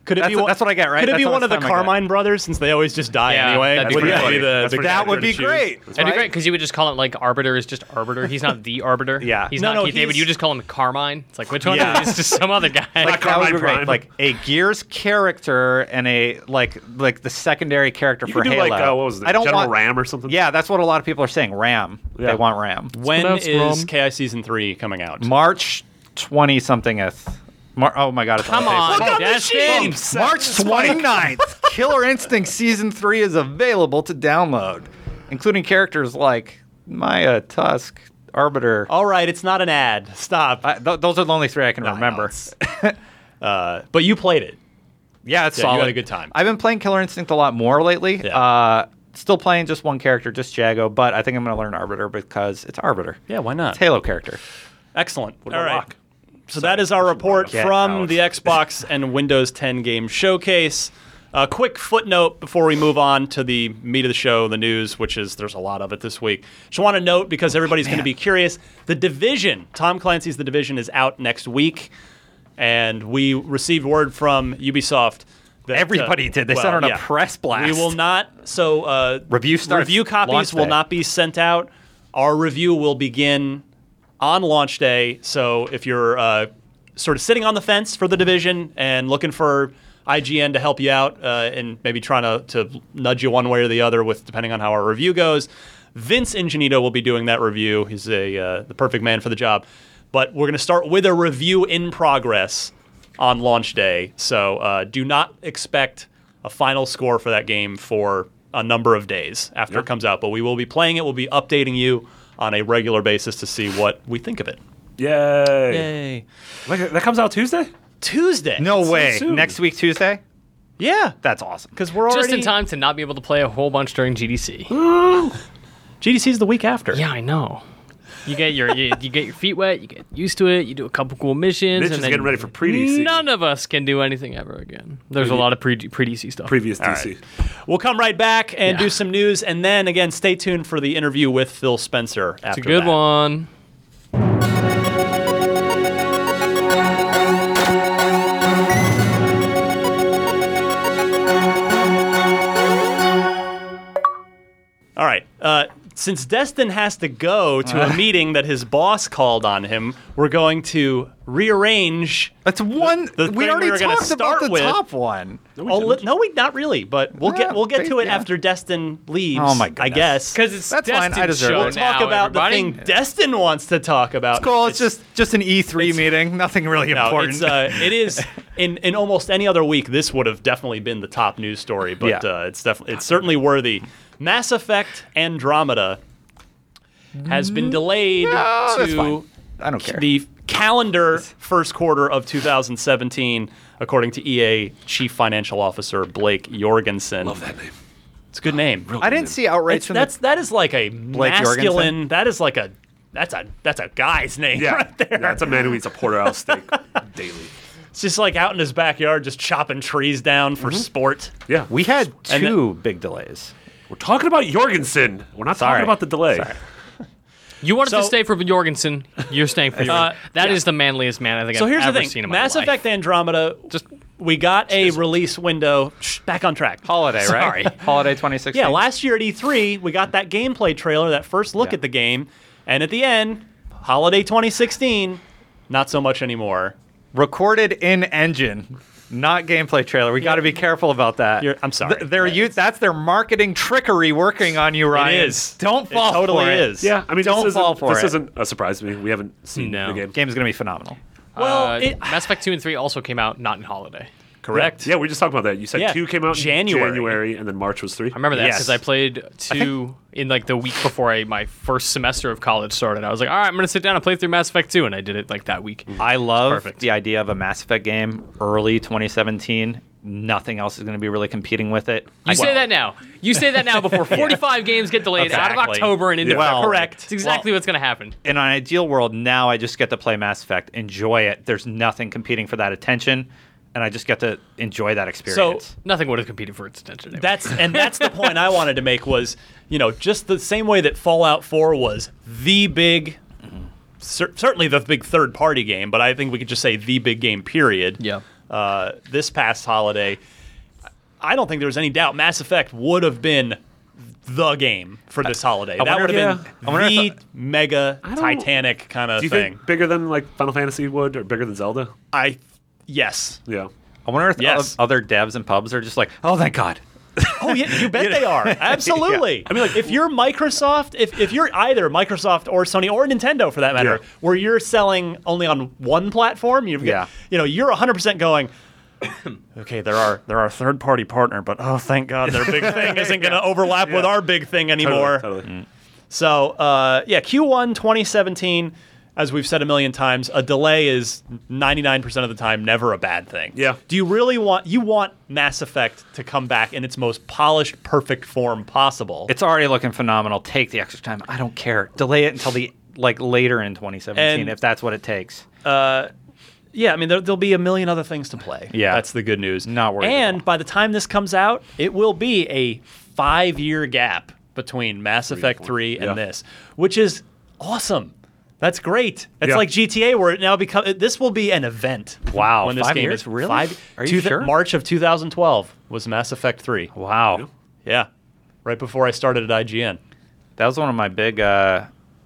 C: Could it
F: That's-
C: be one-
F: that's what I get, right?
C: Could it
F: That's
C: be
F: how
C: one
F: much
C: of the
F: time I get.
C: Carmine brothers since they always just die
D: Yeah,
C: anyway?
D: that'd be
C: Wouldn't
D: pretty
C: that
E: funny.
C: the-
E: That's
C: the
E: pretty
F: That
E: That
C: character
F: would
E: would
C: to
F: be
C: choose?
F: great.
D: That'd be great because you would just call him like Arbiter is just Arbiter. He's not the Arbiter.
F: Yeah.
D: he's
C: No,
D: not
C: no,
D: Keith David.
C: he's-
D: You just call him Carmine. It's like which one
E: Yeah.
D: is this? just some other guy?
F: That would
E: Like,
F: be
E: Carmine
F: great.
E: Prime.
F: Like a Gears character and a like like the secondary character
E: you
F: for
E: could do
F: Halo.
E: like uh, what was it?
F: I don't
E: General
F: want
E: Ram or something.
F: Yeah, that's what a lot of people are saying. Ram.
E: Yeah.
F: They want Ram.
C: When
D: pronounced
C: is
D: wrong.
C: KI season three coming out?
F: March twenty somethingeth. Mar- oh my god! It's
D: Come
F: on.
D: on,
F: the
D: Destin.
F: Facebook. March 29th, Killer Instinct Season 3 is available to download, including characters like Maya, Tusk, Arbiter.
C: all right, it's not an ad. Stop.
F: Oh, I- th- those are the only three I can
C: I know,
F: remember.
C: it's- uh, but you played it.
F: Yeah, it's
C: Yeah, you
F: solid.
C: had a good time.
F: I've been playing Killer Instinct a lot more lately.
C: Yeah.
F: Uh, still playing just one character, just Jago, but I think I'm going to learn Arbiter because it's Arbiter.
C: Yeah, why not?
F: It's Halo character.
C: Excellent.
E: about
C: All right.
E: Locke?
C: So that is our report
F: Get
C: from
F: out.
C: the Xbox and Windows 10 game showcase. A quick footnote before we move on to the meat of the show, the news, which is there's a lot of it this week. Just want to note because everybody's going to be curious. The Division, Tom Clancy's The Division, is out next week, and we received word from Ubisoft. That, uh,
F: Everybody did. They sent
C: well,
F: out a
C: yeah.
F: press
C: We
F: blast.
C: will not. So uh,
F: Review starts
C: Review
F: launch
C: copies will
F: day.
C: not be sent out. Our review will begin on launch day. So if you're uh, sort of sitting on the fence for the division and looking for IGN to help you out uh, and maybe trying to, to nudge you one way or the other with depending on how our review goes, Vince Ingenito will be doing that review. He's a uh, the perfect man for the job. But we're going to start with a review in progress on launch day. So uh, do not expect a final score for that game for a number of days after it comes out. But we will be playing it. We'll be updating you on a regular basis to see what we think of it.
E: Yay.
C: Yay.
E: Like, that comes out Tuesday.
C: Tuesday.
F: No way.
E: soon.
F: Next week, Tuesday?
C: Yeah.
F: That's awesome.
C: Because we're already
D: Just in time to not be able to play a whole bunch during GDC.
C: GDC's the week after.
D: Yeah, I know. You get your you, you get your feet wet. You get used to it. You do a couple cool missions.
E: Mitch
D: and
E: is
D: then
E: getting ready for pre-DC.
D: None of us can do anything ever again. There's a lot of pre pre DC stuff.
E: Previous
C: All
E: DC.
C: We'll come right back and
D: Yeah.
C: do some news, and then again, stay tuned for the interview with Phil Spencer.
D: it's
C: after
D: a good
C: that.
D: one.
C: All right. Uh, since Destin has to go to
D: Uh-huh.
C: a meeting that his boss called on him, we're going to rearrange.
F: That's one.
C: the thing
F: we already
C: we were gonna
F: talked
C: start
F: about the
C: with-
F: top one.
C: Oh, li- no, we not really, but we'll get
F: Yeah,
C: we'll get to it
F: yeah.
C: after Destin leaves.
F: Oh my
C: I
F: goodness.
C: guess
D: Because it's
F: That's fine, I
D: Destin's
F: deserve
D: show
F: it.
C: we'll talk
D: now,
C: about
D: everybody.
C: the thing Destin wants to talk about.
F: It's cool. It's, just just an E3 meeting. Nothing really
C: No,
F: important.
C: it's, uh, it is in in almost any other week. This would have definitely been the top news story, but
F: Yeah.
C: uh, it's definitely it's certainly worthy. Mass Effect Andromeda has been delayed
F: Mm-hmm. No, that's
C: to
F: fine. I don't care.
C: the calendar first quarter of 2017, according to EA Chief Financial Officer Blake Jorgensen.
E: Love that name.
C: It's a good name.
F: I didn't see outrights
C: It's-
F: from
C: that's
F: the.
C: that is like a
F: Jorgensen?
C: masculine. That is like a that's a that's a guy's name
E: Yeah,
C: right there.
E: that's a man who eats a porterhouse steak daily.
C: It's just like out in his backyard, just chopping trees down for sport.
E: Yeah,
F: We had
C: And then-
F: two big delays.
E: we're talking about Jorgensen. We're not
F: Sorry.
E: talking about the delay.
D: You wanted
C: So- Uh,
D: to stay for Jorgensen. You're staying for Jorgensen. That is the manliest man I think
C: So
D: I've
C: here's
D: ever
C: the
D: seen
C: thing:
D: in my
C: Mass
D: life.
C: Effect Andromeda. Just
D: Just- uh,
C: we got a release window. Shh, back on track.
F: Holiday,
C: Sorry.
F: right? Holiday 2016.
C: Yeah, last year at E3, we got that gameplay trailer, that first look
F: Yeah.
C: at the game, and at the end, holiday 2016, not so much anymore.
F: recorded in engine, not gameplay trailer. We got to be careful about that.
C: You're- I'm sorry.
F: Th- they're u- that's their marketing trickery working on you, Ryan.
C: is.
F: Don't
C: It
F: fall
C: totally
F: for it.
C: is.
E: Yeah, I mean,
F: Don't
E: this isn't,
F: fall for
E: this
F: it.
E: isn't a surprise to me. We haven't seen
D: No.
E: the game.
F: Game's gonna be phenomenal.
C: Well,
D: Uh,
C: it,
D: Mass Effect two and three also came out not in holiday.
C: correct.
E: Yeah, we just talked about that. You said
C: Yeah,
E: two came out in
C: January.
E: January, and then March was three.
D: I remember that
C: Yes.
D: because I played two in like the week before I, my first semester of college started. I was like, all right, I'm gonna sit down and play through Mass Effect two, and I did it like that week.
F: I love
D: Perfect.
F: the idea of a Mass Effect game early 2017. Nothing else is gonna be really competing with it.
D: You say that now. You say that now before 45 games get delayed out of
C: Exactly.
D: October and into
E: Yeah.
D: February.
C: Correct.
D: It's exactly what's gonna happen.
F: in an ideal world, now I just get to play Mass Effect, enjoy it. There's nothing competing for that attention, and I just get to enjoy that experience.
D: Nothing would have competed for its attention. anyway.
C: That's and that's the point I wanted to make was, you know, just the same way that Fallout 4 was the big cer- certainly the big third party game, but I think we could just say the big game period.
D: Yeah.
C: Uh, this past holiday, I don't think there was any doubt Mass Effect would have been the game for this holiday. that
F: wonder
C: would
F: if-
C: have
F: yeah. I wonder
C: been the
F: if-
C: mega
E: don't-
C: Titanic kind of
E: Do you
C: thing.
E: think bigger than like Final Fantasy would, or bigger than Zelda?
C: I yes.
E: Yeah.
F: I wonder if
C: Yes.
F: o- other devs and pubs are just like, oh, thank God.
C: Oh yeah, you bet they are. Absolutely. I mean, like, if you're Microsoft, if, if you're either Microsoft or Sony or Nintendo for that matter,
E: Yeah.
C: where you're selling only on one platform, you've got-
F: Yeah.
C: you know, you're 100% going. okay, there are there are third party partner, but oh, thank God, their big thing isn't going to overlap with our big thing anymore.
E: Totally. totally.
C: So uh, yeah, Q1 2017. As we've said a million times, a delay is 99% of the time never a bad thing.
E: Yeah.
C: Do you really want you want Mass Effect to come back in its most polished, perfect form possible?
F: It's already looking phenomenal. Take the extra time. I don't care. Delay it until the like later in 2017
C: And-
F: if that's what it takes.
C: yeah, I mean there, there'll be a million other things to play.
F: Yeah.
C: that's the good news.
F: Not worried at
C: And
F: all.
C: by the time this comes out, it will be a five-year gap between Mass Effect Three and
E: Yeah.
C: this, which is awesome. That's great. It's
E: Yeah.
C: like GTA, where it now becomes. This will be an event.
F: Wow,
C: when this
F: five
C: game
F: years?
C: is
F: Really?
C: Five,
F: Are
C: two-
F: you sure?
C: March of 2012 was Mass Effect Three.
F: Wow,
C: Yeah, right before I started at IGN.
F: that was one of my big uh,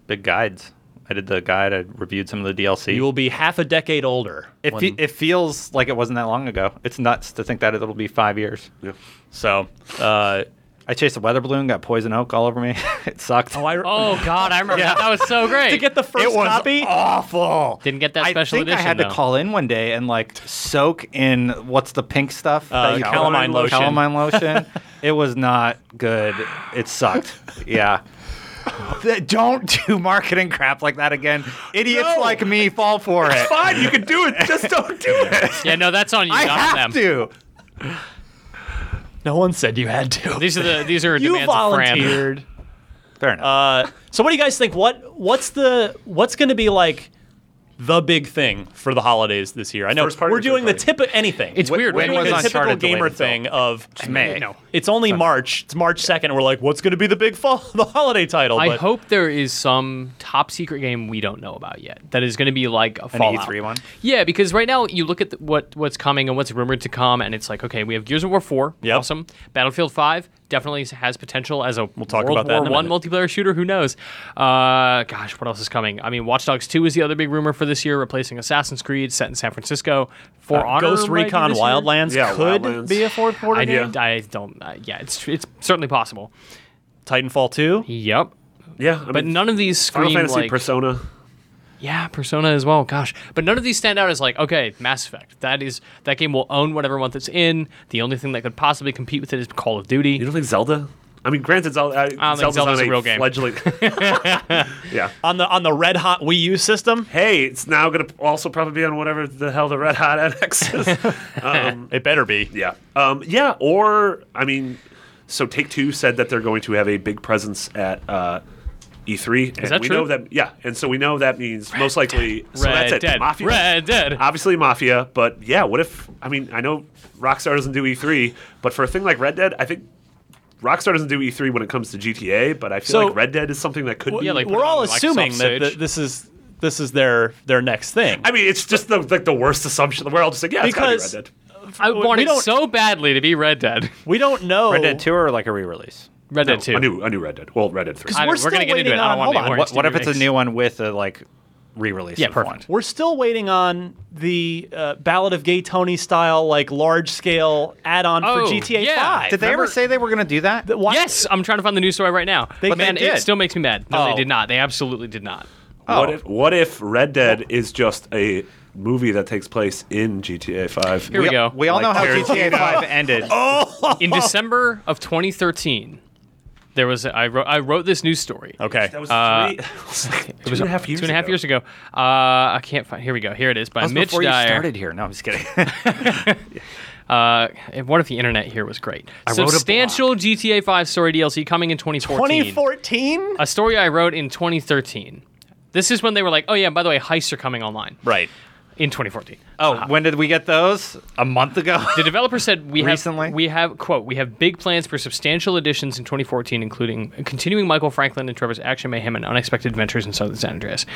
F: big guides. I did the guide. I reviewed some of the DLC.
C: You will be half a decade older.
F: it,
C: when-
F: fe- it feels like it wasn't that long ago. It's nuts to think that it'll be five years.
E: Yeah.
C: so, uh,
F: I chased a weather balloon, got poison oak all over me. it sucked.
C: oh, I,
D: Oh God, I remember that. That was so great.
C: to get the first
F: it was
C: copy.
F: awful.
D: Didn't get that special
F: I think
D: edition,
F: I had to
D: though.
F: call in one day and like soak in what's the pink stuff? that you-
C: calamine lotion.
F: Uh, Calamine lotion. it was not good. It sucked. Yeah. Th- Don't do marketing crap like that again. Idiots
E: No.
F: like me fall for it.
E: Fine, you can do it. Just don't do it.
D: yeah, no, that's on you,
F: I
D: not on them.
F: have to.
C: No one said you had to.
D: These are the these are
C: you
D: demands of Fran.
C: volunteered.
F: Fair enough.
C: Uh, so what do you guys think? What what's the what's going to be like the big thing for the holidays this year? I know
E: First party
C: we're
E: or
C: doing the
E: third
C: tip of anything.
D: It's
F: Wh-
D: weird.
F: when
D: right?
F: was
C: the
D: Because-
C: typical
F: Uncharted delayed
C: gamer
F: until
C: thing of
F: May.
D: No.
C: it's only March. It's March second. We're like, what's going to be the big fall, the holiday title?
D: I
C: But
D: hope there is some top secret game we don't know about yet that is going to be like a
F: An E
D: Fallout.
F: E3 one?
D: Yeah, because right now you look at the, what what's coming and what's rumored to come, and it's like, okay, we have Gears of War four,
C: Yep.
D: awesome. Battlefield five definitely has potential as a we'll
C: talk
D: World
C: about that in
D: War
C: a
D: One
C: minute.
D: multiplayer shooter. Who knows? Uh, gosh, what else is coming? I mean, Watch Dogs two is the other big rumor for this year, replacing Assassin's Creed set in San Francisco. For
C: uh,
D: Honor
C: Ghost
D: might be
C: Recon
D: this year.
C: Wildlands
E: Yeah,
C: could
E: Wildlands.
C: be a fourth quarter
D: I,
C: game.
D: I don't. Uh, yeah, it's it's certainly possible.
C: Titanfall two.
D: Yep.
E: Yeah, I
D: But
E: mean,
D: none of these
E: Final
D: scream
E: Fantasy
D: like
E: Persona.
D: Yeah, Persona as well. Gosh, but none of these stand out as like okay, Mass Effect. That is that game will own whatever month it's in. The only thing that could possibly compete with it is Call of
E: You
D: Duty.
E: don't think Zelda? I mean, granted, Zelda. I
D: don't think
E: Zelda's,
D: Zelda's
E: on
D: a real game.
E: Fledgling. yeah.
C: On the on the red hot Wii U system,
E: Hey, it's now going to also probably be on whatever the hell the Red Hot NX is. um,
C: it better be.
E: yeah. Um, yeah. Or I mean, so Take Two said that they're going to have a big presence at. Uh, E3, and
D: that
E: we
D: true?
E: know that, yeah, and so we know that means most likely. so
D: Red
E: that's it.
D: Dead.
E: Mafia.
D: Red Dead.
E: obviously mafia but yeah what if i mean i know rockstar doesn't do e3 but for a thing like red dead i think rockstar doesn't do e3 when it comes to gta but i feel
C: So-
E: like red dead is something that could be
D: yeah, like- put
C: we're
D: it
C: all
D: on the Microsoft
C: assuming that
D: stage.
C: th- this is this is their their next thing.
E: i mean it's just the, like the worst assumption we're all just like yeah it's
C: Because-
E: gotta be red dead
D: I
C: we
D: want it
C: don't-
D: so badly to be Red Dead.
C: we don't know.
F: Red Dead Two or like a re-release?
D: Red Dead Two.
E: Oh, a new a new red dead well red dead 3
D: I-
C: we're
D: we're
C: still
D: gonna get into
C: waiting
D: it. I
C: on-
D: don't want to
C: hold
D: be
C: on.
D: orange
F: What, what if it's a
D: remakes.
F: new one with a like re-release?
D: Yeah,
F: of
D: perfect.
F: One?
C: We're still waiting on the uh, Ballad of Gay Tony style, like large scale add on
D: Oh,
C: for GTA
D: yeah.
C: 5.
F: Did they
D: Remember-
F: ever say they were going to do that?
C: Th- why-
D: Yes, I'm trying to find the news story right now. but
F: they
D: man, it
F: did.
D: still makes me mad. No, they
F: Oh.
D: did not. They absolutely did not.
E: what
F: Oh.
E: if what if red dead is just a movie that takes place in gta 5
D: Here we, go.
F: We all
E: Like
F: know how GTA
E: Tarantino.
F: Five ended. Oh,
D: In December of 2013, there was a, I wrote I wrote this news story.
C: Okay.
E: that was
D: Uh,
E: three, it was like two and a half years
D: Two and a half
E: ago.
D: years ago. Uh, I can't find. Here we go. Here it is by Mitch
F: before
D: Dyer.
F: you started here. No, I'm just kidding.
D: Uh, and what if the internet here was great? Substantial GTA 5 story DLC coming in 2014.
C: 2014?
D: A story I wrote in 2013. This is when they were like, oh yeah, by the way, heists are coming online.
C: Right.
D: In 2014.
F: oh, when did we get those? A month ago.
D: The developer said we have
F: Recently?
D: we have quote we have big plans for substantial additions in 2014, including continuing Michael Franklin and Trevor's action mayhem and unexpected adventures in Southern San Andreas.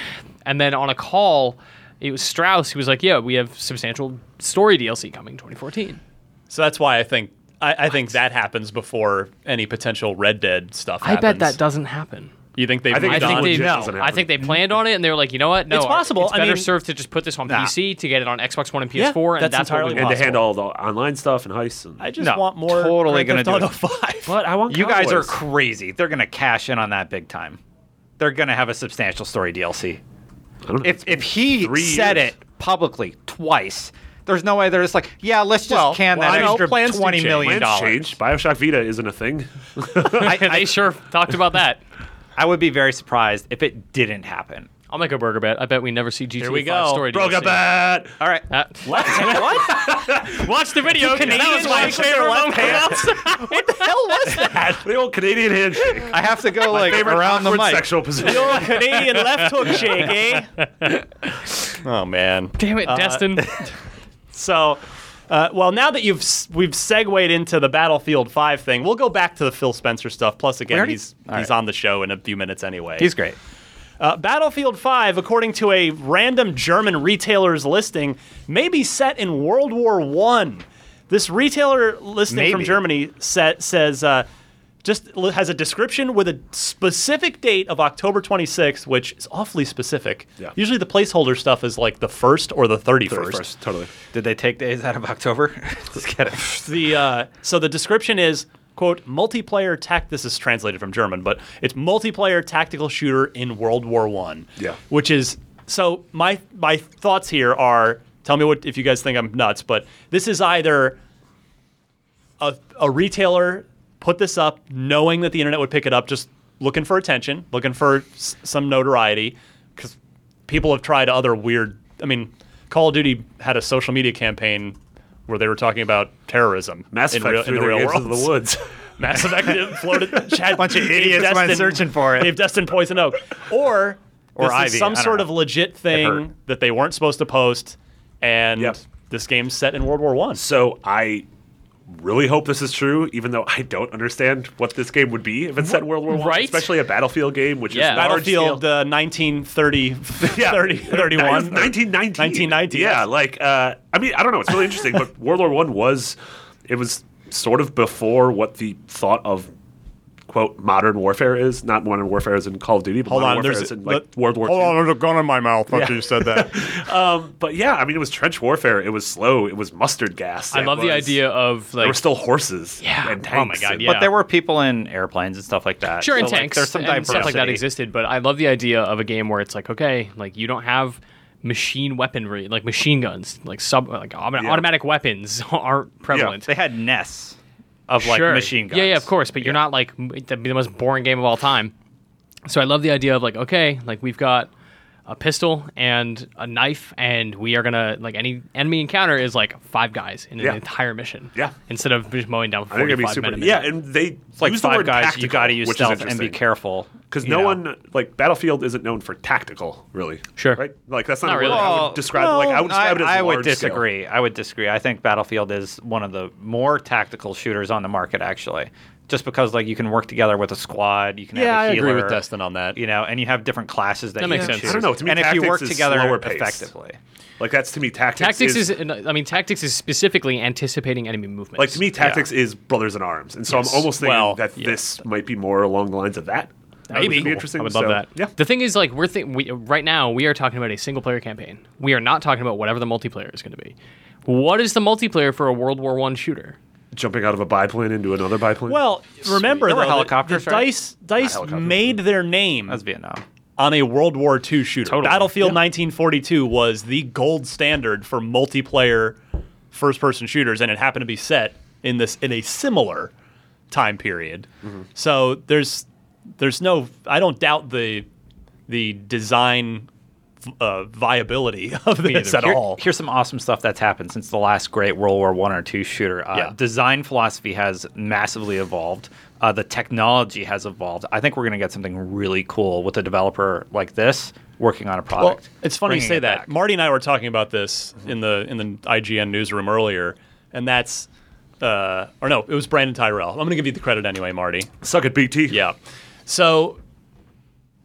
D: And then on a call, it was Strauss who was like, yeah, we have substantial story DLC coming in 2014.
C: So that's why I think I, I think that happens before any potential Red Dead stuff
D: I
C: happens.
D: bet that doesn't happen.
C: You think they've
E: I think
D: I
C: moved
D: think
C: on?
D: they
E: legit
D: no.
E: doesn't
D: I
E: happen.
D: think they planned on it, and they were like, you know what? No,
C: It's
D: our-
C: possible.
D: It's
C: I
D: better
C: mean-
D: served to just put this on
F: Nah.
D: PC to get it on Xbox One and PS4, and
C: that's
D: that's, what we
C: entirely
E: and
D: want.
E: they
C: possible.
E: handle all the online stuff and heists and
C: I just
F: No,
C: want more
F: totally
C: Grand
F: gonna
C: Theft Auto 5.
E: but i want
F: You guys are
E: Cowboys.
F: crazy. They're going to cash in on that big time. They're going to have a substantial story DLC.
E: I don't know.
F: If if he
E: three
F: said
E: years.
F: it publicly twice, there's no way they're just like, yeah, let's just
C: Well,
F: can
C: well,
F: that
C: I know,
F: extra
C: plans do
F: twenty
C: change.
F: million
E: Plans
F: dollars.
E: changed. Bioshock Vita isn't a thing.
D: I, they sure talked about that.
F: I would be very surprised if it didn't happen.
D: I'll make a burger bet. I bet we never see GTA
C: we
D: 5
C: go.
D: story DLC.
E: bat.
F: All right,
D: Uh, Watch the video. that was my favorite moment.
C: what the hell was that?
E: The old Canadian handshake.
F: I have to go like
E: Favorite
F: around the
E: awkward
F: mic.
E: sexual position.
C: Your Canadian left hook shake, eh? Oh man.
D: Damn it, Destin.
C: So, uh, well, now that you've s- we've segued into the Battlefield Five thing, we'll go back to the Phil Spencer stuff. Plus, again,
F: We already-
C: he's
F: All
C: he's
F: right.
C: on the show in a few minutes anyway.
F: He's great.
C: Uh, Battlefield Five, according to a random German retailer's listing, may be set in World War One. This retailer listing from
F: Maybe.
C: Germany set, says uh, just li- has a description with a specific date of October 26th, which is awfully specific.
E: Yeah.
C: Usually, the placeholder stuff is like the first or the 31st.
E: totally.
F: Did they take days out of October? just kidding.
C: the uh, so the description is quote multiplayer tact this is translated from german but it's multiplayer tactical shooter in world war one
E: Yeah.
C: which is so my my thoughts here are tell me what if you guys think i'm nuts but this is either a, a retailer put this up knowing that the internet would pick it up just looking for attention looking for s- some notoriety because people have tried other weird i mean call of duty had a social media campaign where they were talking about terrorism
E: Mass
C: in
E: Effect
C: real, in
E: through
C: the
E: their
C: real
E: games
C: world
E: into the woods.
C: Mass Effect floated. Chad,
F: Bunch of
C: gave
F: idiots went
C: Destin-
F: searching for it.
C: Gave Destin poison oak, or this
F: Or
C: is
F: Ivy,
C: some
F: I don't
C: sort
F: know.
C: of legit
E: hurt.
C: thing that they weren't supposed to post, and
E: Yep.
C: this game's set in World War One.
E: So I really hope this is true, even though I don't understand what this game would be if it said World War One,
D: Right?
E: especially a battlefield game, which
D: Yeah.
E: is large
C: Battlefield
E: scale.
C: uh, 1930, 30,
E: That
C: 31.
E: was 1919.
C: 1919,
E: Yeah,
C: yes.
E: like uh, I mean, I don't know. It's really interesting, but World War One was it was sort of before what the thought of quote modern warfare is. Not modern warfare is in Call of Duty, but
C: Hold
E: modern
C: on,
E: warfare
C: there's
E: is in like
C: let-
E: World War
C: hold
E: II.
C: on, Oh, there's a gun in my mouth after
E: Yeah.
C: you said that.
E: But yeah, I mean, it was trench warfare. It was slow. It was mustard gas.
D: I
E: It
D: love the
E: was-
D: idea of
E: There
D: like
E: were still horses.
D: Yeah.
E: And
D: Oh my
E: tanks
D: God,
E: and-
D: yeah.
F: But there were people in airplanes and stuff like that.
D: sure and
F: So, like,
D: tanks
F: there's some
D: and stuff like that
F: diversity.
D: existed but i love the idea of a game where it's like okay like you don't have machine weaponry like machine guns like sub like autom-
E: Yeah.
D: automatic weapons aren't prevalent
F: They had nests of like
D: Sure.
F: machine guns.
D: yeah yeah of course but you're not like m- that'd be the most boring game of all time so i love the idea of like okay like we've got a pistol and a knife and we are gonna like any enemy encounter is like five guys in an
E: Yeah.
D: entire mission
E: Yeah.
D: instead of just mowing down
E: I
D: 45
E: think it'd be super.
D: men a
E: Yeah,
D: minute.
E: and they
F: It's like
E: use the
F: five
E: word
F: guys.
E: Tactical,
F: you got to use
E: which
F: stealth and be careful.
E: because
F: you
E: no
F: know.
E: one like Battlefield isn't known for tactical, really.
D: Sure.
E: Right. Like that's not,
D: Not
E: a word
D: really.
E: I
F: Well,
E: would describe. like I would describe it as
F: I would
E: large scale.
F: disagree. I would disagree. I think Battlefield is one of the more tactical shooters on the market, actually, just because like you can work together with a squad. You can
C: Yeah, I
F: have a
C: agree
F: healer,
C: with Destin on that.
F: You know, and you have different classes that,
D: That
F: you
D: makes
F: can
D: sense.
F: choose.
D: I don't
E: know. To me,
F: and if you
E: tactics
F: work
E: is
F: together
E: slower paced.
F: effectively,
E: Like that's to me tactics.
D: tactics is, i mean tactics is specifically anticipating enemy movements
E: like to me tactics is brothers in arms, and so
D: Yes.
E: I'm almost thinking
D: Well,
E: that
D: yeah.
E: this might be more along the lines of that. That would
D: Maybe.
E: be
D: Cool.
E: interesting.
D: I would love
E: so,
D: that.
E: Yeah.
D: The thing is, like, we're thi- we, right now we are talking about a single player campaign. We are not talking about whatever the multiplayer is going to be. What is the multiplayer for a World War One shooter?
E: Jumping out of a biplane into another biplane.
C: Well, remember
F: There were
C: though, that
F: helicopters,
C: the
F: right?
C: Dice Dice
E: helicopters,
C: made their name
F: that's Vietnam.
C: on a World War II shooter.
D: Totally.
C: Battlefield 1942 was the gold standard for multiplayer first-person shooters, and it happened to be set in this in a similar time period.
F: Mm-hmm.
C: So there's there's no I don't doubt the the design uh, viability of this at
F: Here-
C: all.
F: Here's some awesome stuff that's happened since the last great World War One or two shooter. Uh,
C: Yeah.
F: Design philosophy has massively evolved. Uh, the technology has evolved. I think we're going to get something really cool with a developer like this working on a
C: Well,
F: product.
C: it's funny you
F: bringing
C: say
F: it
C: that.
F: back. Mm-hmm.
C: Marty and I were talking about this in the in the IGN newsroom earlier, and that's uh, or no, it was Brandon Tyrell. I'm going to give you the credit anyway, Marty.
E: suck it, BT.
C: Yeah. So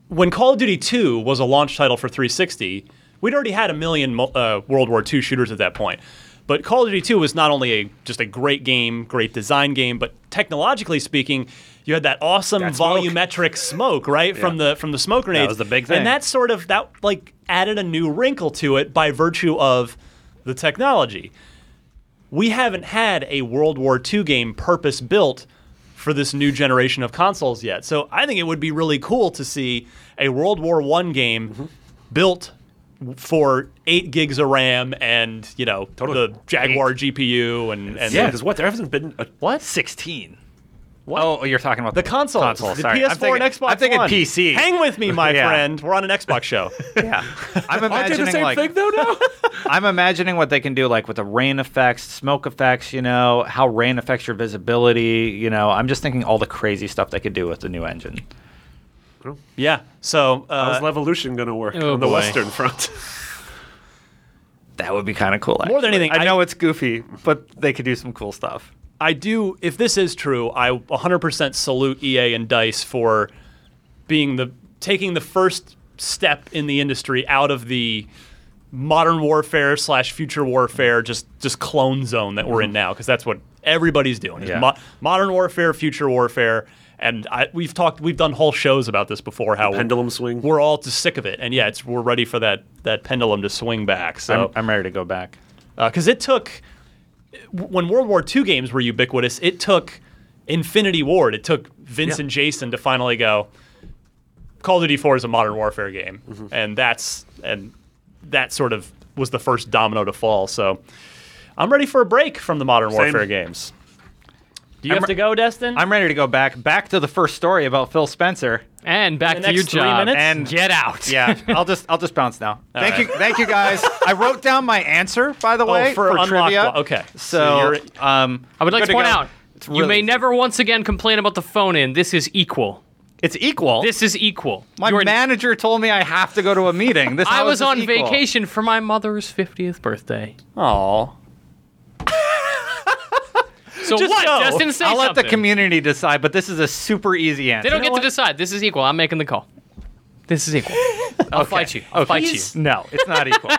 C: when Call of Duty 2 was a launch title for 360, we'd already had a million mul- uh, World War II shooters at that point. But Call of Duty 2 was not only a just a great game, great design game, but technologically speaking, you had that awesome
E: That smoke.
C: volumetric smoke, right from the from the smoke grenades.
F: was the big thing.
C: and that sort of that like added a new wrinkle to it by virtue of the technology we haven't had a World War II game purpose built for this new generation of consoles yet. So I think it would be really cool to see a World War One game
F: Mm-hmm.
C: built for eight gigs of RAM and you know
E: Totally.
C: the Jaguar GPU and, and
E: Yeah.
C: the,
E: Because what there hasn't been a
F: What? 16. Oh, you're talking about
C: the consoles,
F: console,
C: the
F: sorry.
C: PS4
F: I'm thinking-
C: and Xbox.
F: I'm thinking
C: One.
F: PC.
C: Hang with me, my
F: Yeah.
C: friend. We're on an Xbox show.
F: Yeah. I'm
E: I did
F: imagining
E: the same
F: like
E: thing though now.
F: I'm imagining what they can do like with the rain effects, smoke effects, you know, how rain affects your visibility, you know. I'm just thinking all the crazy stuff they could do with the new engine.
C: yeah. So uh,
E: How's Levolution going to work
D: oh
E: on the
D: boy.
E: Western Front?
F: That would be kind of cool.
C: More than
F: actually.
C: anything, I-
F: I know it's goofy, but they could do some cool stuff.
C: I do. If this is true, I 100% salute EA and Dice for being the taking the first step in the industry out of the modern warfare slash future warfare just just clone zone that we're in now because that's what everybody's doing is
F: Yeah.
C: mo- modern warfare future warfare and I, we've talked we've done whole shows about this before how
E: pendulum swing.
C: we're all just sick of it and yeah it's we're ready for that that pendulum to swing back so
F: I'm, I'm ready to go back.
C: because Uh, it took when World War II games were ubiquitous, it took Infinity Ward, it took Vince
E: Yeah.
C: and Jason to finally go. Call of Duty 4 is a modern warfare game, and that's and that sort of was the first domino to fall. So I'm ready for a break from the modern warfare games. Do you
F: I'm
C: have
F: re-
C: to go, Destin?
F: I'm ready to go back back to the first story about Phil Spencer.
D: And back
C: The
D: to
C: next
D: your
C: three
D: job
C: minutes?
D: and get out.
F: Yeah, I'll just I'll just bounce now. thank you, thank you guys. Oh, I wrote down my answer by the way
C: Oh, for unlock
F: trivia.
C: block. Okay. So
F: so,
C: you're-
F: um,
D: I would like
F: good
D: to point
F: go.
D: out
F: It's really
D: You may never once again complain about the phone in. This is equal.
F: It's equal.
D: This is equal.
F: my
D: You are-
F: manager told me I have to go to a meeting. This
D: I
F: how is
D: was
F: this
D: on
F: equal?
D: vacation for my mother's 50th birthday.
C: Aw.
D: So
C: Just
D: what?
C: go.
D: Justin, say
F: I'll let the
D: something.
F: community decide, but this is a super easy
D: They
F: answer.
D: don't get to decide. This is equal. I'm making the call. This is equal. I'll fight you. I'll fight you.
F: No, it's not equal.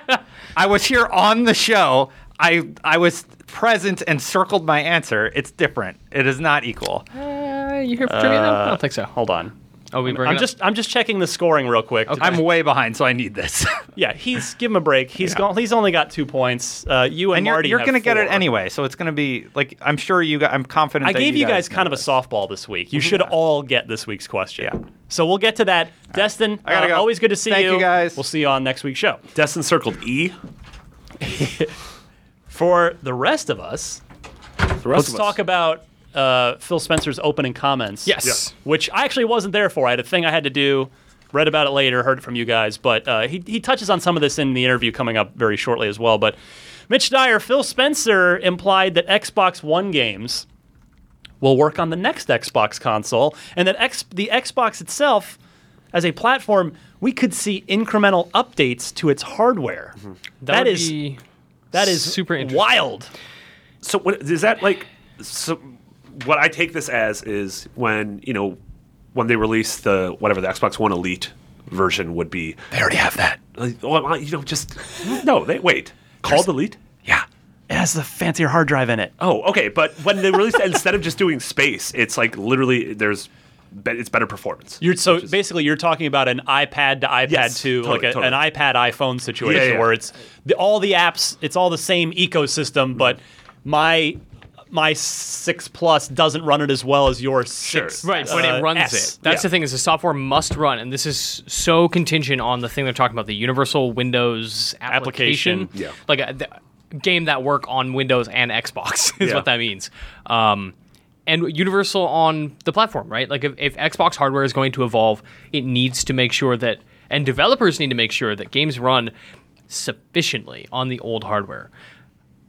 F: I was here on the show. I I was present and circled my answer. It's different. It is not equal.
D: Uh, you here for trivia? though? I don't think so.
C: Hold on.
D: Oh, we bring
C: I'm
D: it up?
C: just I'm just checking the scoring real quick.
F: I'm way behind, so I need this.
C: Yeah, he's give him a break. He's gone. He's only got two points. Uh, you and,
F: and you're,
C: Marty.
F: you're
C: have
F: gonna get it
C: four.
F: anyway, so it's gonna be like I'm sure you. Got, I'm confident.
C: I
F: that
C: gave you guys,
F: know
C: kind of a
F: this. Mhm.
C: softball this week. You should all get this week's question.
F: Yeah.
C: So we'll get to that. Destin,
F: I gotta
C: uh,
F: go.
C: always good to see
F: Thank you, guys.
C: We'll see you on next week's show.
E: Destin circled E.
C: For the rest of us,
E: The rest
C: let's
E: of us.
C: talk about uh, Phil Spencer's opening comments.
D: Yes. Yeah.
C: Which I actually wasn't there for. I had a thing I had to do. Read about it later, heard it from you guys, but uh, he, he touches on some of this in the interview coming up very shortly as well. But Mitch Dyer, Phil Spencer implied that Xbox One games will work on the next Xbox console, and that X, the Xbox itself, as a platform, we could see incremental updates to its hardware. that
D: Mm-hmm. would
C: is
D: be-
C: that is
D: super interesting.
C: wild.
E: So what is that like? So what I take this as is when you know when they release the whatever the Xbox One Elite version would be. They already have that. Like, oh, I- you know, just no. They wait. Called Elite.
C: Yeah. It has the fancier hard drive in it.
E: Oh, okay. But when they released it, instead of just doing space, it's like literally there's be- it's better performance.
C: You're, so basically, you're talking about an iPad to iPad
E: Yes,
C: 2,
E: totally,
C: like a,
E: totally.
C: an iPad iPhone situation
E: Yeah, yeah, yeah.
C: where it's the, all the apps, it's all the same
E: Mm-hmm.
C: ecosystem, but my my six plus doesn't run it as well as your six.
D: Right, when
C: uh,
D: it runs
C: S.
D: it. That's
E: Yeah.
D: the thing is the software must run, and this is so contingent on the thing they're talking about, the Universal Windows application.
C: Application.
E: Yeah.
D: Like a the, game that work on Windows and Xbox is
E: Yeah.
D: what that means. Um, and Universal on the platform, right? Like if, if Xbox hardware is going to evolve, it needs to make sure that, and developers need to make sure that games run sufficiently on the old hardware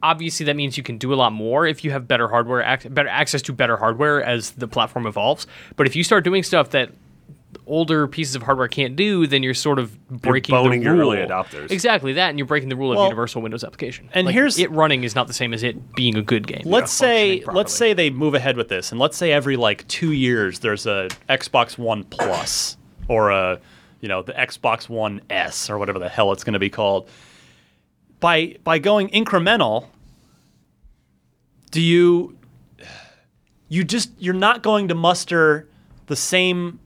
D: obviously that means you can do a lot more if you have better hardware ac- better access to better hardware as the platform evolves but if you start doing stuff that older pieces of hardware can't do then you're sort of breaking
E: boning
D: the
E: your
D: rule.
E: early adopters.
D: exactly that and you're breaking the rule of
C: Well,
D: universal windows application
C: and
D: Like,
C: here's-
D: it running is not the same as it being a good game
C: Let's
D: Yeah.
C: say
D: Functioning
C: let's say they move ahead with this, and let's say every like two years there's a Xbox One Plus or a you know the Xbox One S or whatever the hell it's going to be called. By by going incremental, do you you just you're not going to muster the same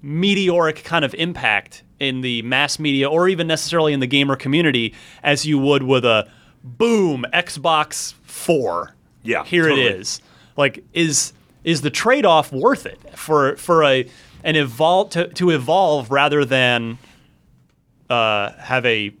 C: meteoric kind of impact in the mass media or even necessarily in the gamer community as you would with a boom Xbox 4.
E: Yeah,
C: Here
E: totally.
C: it is. Like is is the trade-off worth it for for a an evolve to, to evolve rather than uh, have a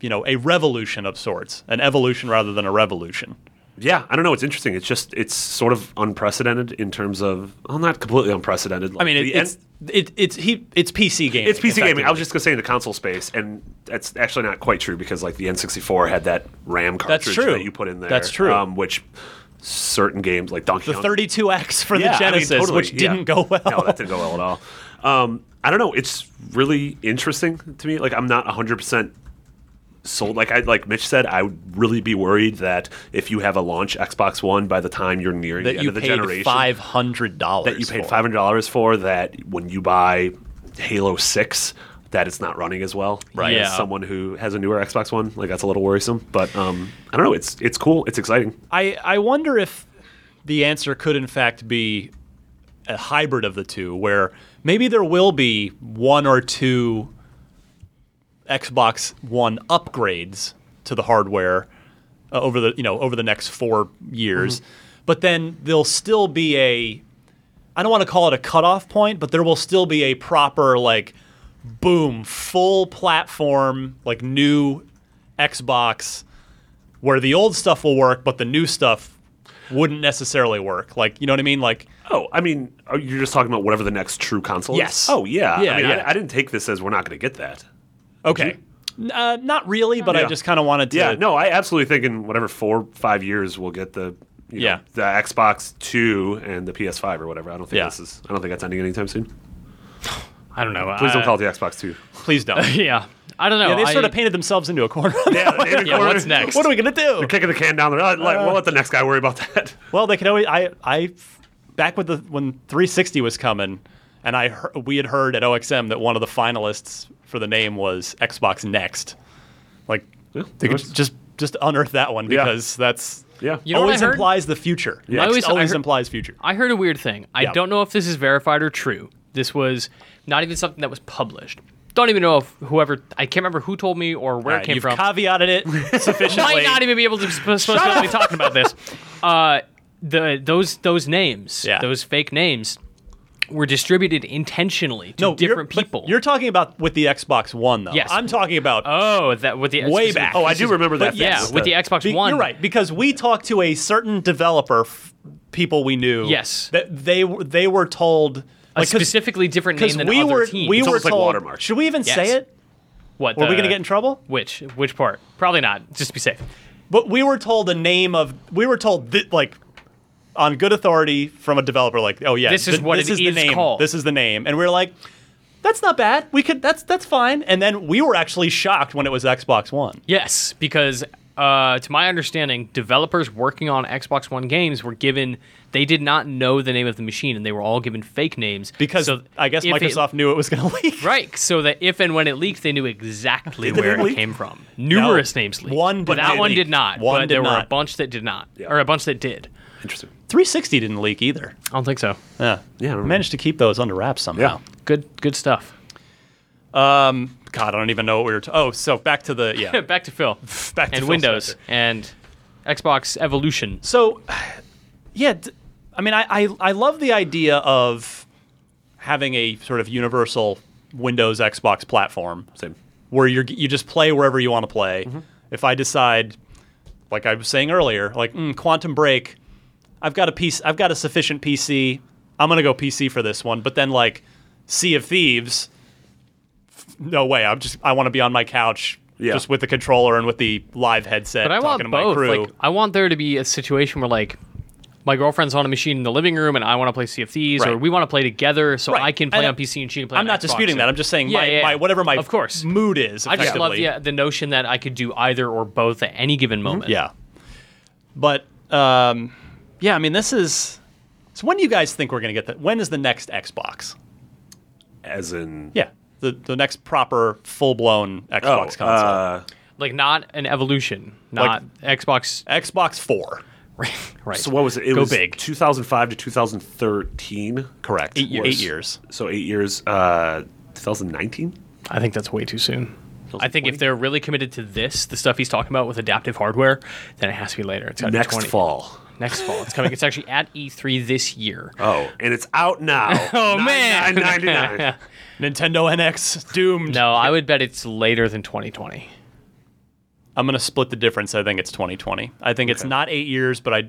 C: you know a revolution of sorts, an evolution rather than a revolution.
E: Yeah, I don't know. It's interesting. It's just it's sort of unprecedented in terms of well, not completely unprecedented. Like,
C: I mean, it,
E: the
C: it's
E: end-
C: it, it's he it's PC gaming.
E: It's PC gaming. I
C: effectively.
E: was just gonna say in the console space, and that's actually not quite true because like the N64 had that RAM
C: That's
E: cartridge
C: true.
E: that you put in there.
C: That's true.
E: Um, which certain games like Donkey
C: the
E: Kong,
C: 32X for
E: Yeah,
C: the
E: I mean,
C: Genesis,
E: totally,
C: which
E: yeah.
C: didn't go well.
E: No, that didn't go well at all. Um, I don't know. It's really interesting to me. Like I'm not 100 percent sold. Like I like Mitch said, I would really be worried that if you have a launch Xbox One by the time you're nearing the
C: that
E: end
C: you
E: of the
C: paid
E: generation,
C: five hundred dollars.
E: that you paid five hundred dollars for that when you buy Halo Six that it's not running as well. Right.
D: Yeah.
E: As someone who has a newer Xbox One, like that's a little worrisome. But um, I don't know. It's it's cool. It's exciting.
C: I I wonder if the answer could in fact be a hybrid of the two, where maybe there will be one or two Xbox One upgrades to the hardware uh, over the you know over the next four years, but then there'll still be a I don't want to call it a cutoff point, but there will still be a proper like boom full platform like new Xbox where the old stuff will work, but the new stuff wouldn't necessarily work. Like you know what I mean? Like
E: Oh, I mean, are you just talking about whatever the next true console
C: Yes.
E: is? Oh, yeah.
C: Yeah,
E: I mean,
C: yeah.
E: I, I didn't take this as we're not going to get that.
C: okay. N- Uh, not really, but I
E: Yeah.
C: just kind of wanted to.
E: Yeah, no, I absolutely think in whatever four, five years, we'll get the you
C: Yeah.
E: know, the Xbox Two and the PS5 or whatever. I don't think
C: Yeah.
E: this is. I don't think that's ending anytime soon.
D: I don't know.
E: Please
D: I-
E: don't call it the Xbox Two.
C: Please don't.
D: Yeah, I don't know.
C: Yeah, they sort
D: I-
C: of painted themselves into a corner.
E: David
D: Yeah,
E: Gordon-
D: what's next?
C: what are we gonna do?
E: They're kicking the can down the road. Like, we'll let the
D: Uh.
E: next guy worry about that.
C: Well, they could always. I I back with the when 360 was coming, and I hear- we had heard at OXM that one of the finalists for the name was Xbox Next. Like
E: Yeah,
C: they could
E: works.
C: just just unearth that one
E: Yeah.
C: because that's
E: yeah.
D: You know what I
C: always
D: heard?
C: implies the future. Next
D: I always-
C: always,
D: I heard-
C: implies future.
D: I heard a weird thing. I
C: Yeah.
D: don't know if this is verified or true. This was not even something that was published. Don't even know if whoever I can't remember who told me or
C: All
D: where
C: right,
D: it came
C: you've
D: from.
C: caveated it sufficiently.
D: might not even be able to sp- supposed to be talking about this. Uh, the those those names,
C: Yeah.
D: those fake names, were distributed intentionally to
C: no
D: different
C: you're, but
D: people.
C: You're talking about with the Xbox One though.
D: Yes.
C: I'm talking about
D: oh that with the
C: Way
D: this is-
C: back.
E: Oh, I
D: this
E: do
D: is-
E: remember that.
D: Yeah,
E: fix.
D: with the Xbox
C: Be-
D: One.
C: You're right because we talked to a certain developer, f- people we knew.
D: Yes.
C: that they were- they were told
D: A
C: like, 'cause-
D: specifically different name
C: because
D: than
C: we
D: other
C: were
D: teams.
C: we
E: It's
C: were
E: almost like
C: told.
E: watermark.
C: Should we even
D: Yes.
C: say it?
D: what
C: Were we
D: the-
C: going to get in trouble?
D: Which which part? Probably not. Just be safe.
C: But we were told the name of. We were told th- like. On good authority from a developer, like, oh yeah,
D: This is
C: th-
D: what
C: this
D: it
C: is the
D: is
C: name.
D: called.
C: This is the name, and we are like, that's not bad. We could, that's that's fine. And then we were actually shocked when it was Xbox One.
D: Yes, because uh, to my understanding, developers working on Xbox One games were given they did not know the name of the machine, and they were all given fake names
C: because
D: So
C: I guess
D: if it-
C: Microsoft knew it was going to leak.
D: right, so that if and when it leaked, they knew exactly
C: Did it
D: where it
C: leak?
D: came from. Numerous names leaked.
C: One
D: but
C: did
D: that
C: not
D: one
C: leak.
D: did not.
C: One
D: but
C: did
D: there were a
C: not.
D: bunch that did not, or a bunch that did.
E: Interesting.
C: 360 didn't leak either.
D: I don't think so.
C: Yeah,
E: Yeah, I don't
C: managed to keep those under wraps somehow.
D: Good, good stuff.
C: Um, God, I don't even know what we were. T- oh, so back to the yeah,
D: Back to Phil
C: back to
D: and
C: Phil
D: Windows
C: Spencer.
D: and Xbox Evolution.
C: So, yeah, d- I mean, I, I I love the idea of having a sort of universal Windows Xbox platform.
E: Same.
C: where you you just play wherever you want to play.
D: Mm-hmm.
C: If I decide, like I was saying earlier, like mm, Quantum Break, I've got a piece, I've got a sufficient PC. I'm gonna go PC for this one. But then like Sea of Thieves, f- no way. I'm just I want to be on my couch.
E: Yeah.
C: Just with the controller and with the live headset,
D: But I want
C: talking to my
D: both.
C: crew.
D: Like, I want there to be a situation where like my girlfriend's on a machine in the living room and I want to play Sea of Thieves, or
C: Right.
D: we want to play together, so
C: Right.
D: I can play
C: And
D: on PC and she can play.
C: I'm
D: on
C: not
D: Xbox.
C: disputing that. I'm just saying
D: Yeah,
C: my,
D: yeah, yeah.
C: my whatever my
D: of course.
C: mood is.
D: I just love
C: effectively. Mm-hmm.
D: the, the notion that I could do either or both at any given moment.
C: Yeah. But um, yeah, I mean, this is. So when do you guys think we're going to get that? When is the next Xbox?
E: As in.
C: Yeah, the the next proper full blown Xbox
E: Oh,
C: console.
E: uh,
D: like not an evolution, not Xbox.
C: Xbox Four.
D: right.
E: so what was it? It
D: Go
E: was
D: big.
E: 2005 to 2013.
C: Correct. Eight years.
E: Was-
C: Eight years.
E: So eight years. Uh, 2019.
D: I think that's way too soon. I think if they're really committed to this, the stuff he's talking about with adaptive hardware, then it has to be later. It's gotta be
E: Next
D: 20.
E: fall.
D: Next fall. It's coming. It's actually at E3 this year.
E: Oh, and it's out now.
D: Oh, man.
E: 999.
C: Nintendo NX doomed.
D: No, I would bet it's later than 2020.
C: I'm going to split the difference. I think it's 2020. I think it's not eight years, but I.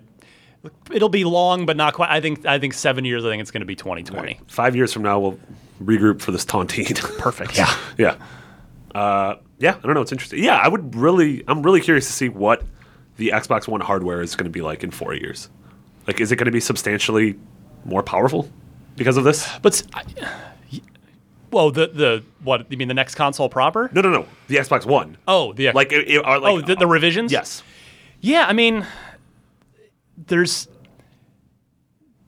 C: It'll be long, but not quite. I think. I think seven years. I think it's going to be 2020.
E: Five years from now, we'll regroup for this tontine.
C: Perfect. Yeah.
E: yeah. Uh, yeah, I don't know. It's interesting. Yeah, I would really, I'm really curious to see what the Xbox One hardware is going to be like in four years. Like, is it going to be substantially more powerful because of this?
C: But. s- I- well, the the what you mean the next console proper?
E: No, no, no. The Xbox One.
C: Oh, the
E: Like, it, it- are, like
C: oh the, the revisions.
E: Yes.
C: Yeah, I mean, there's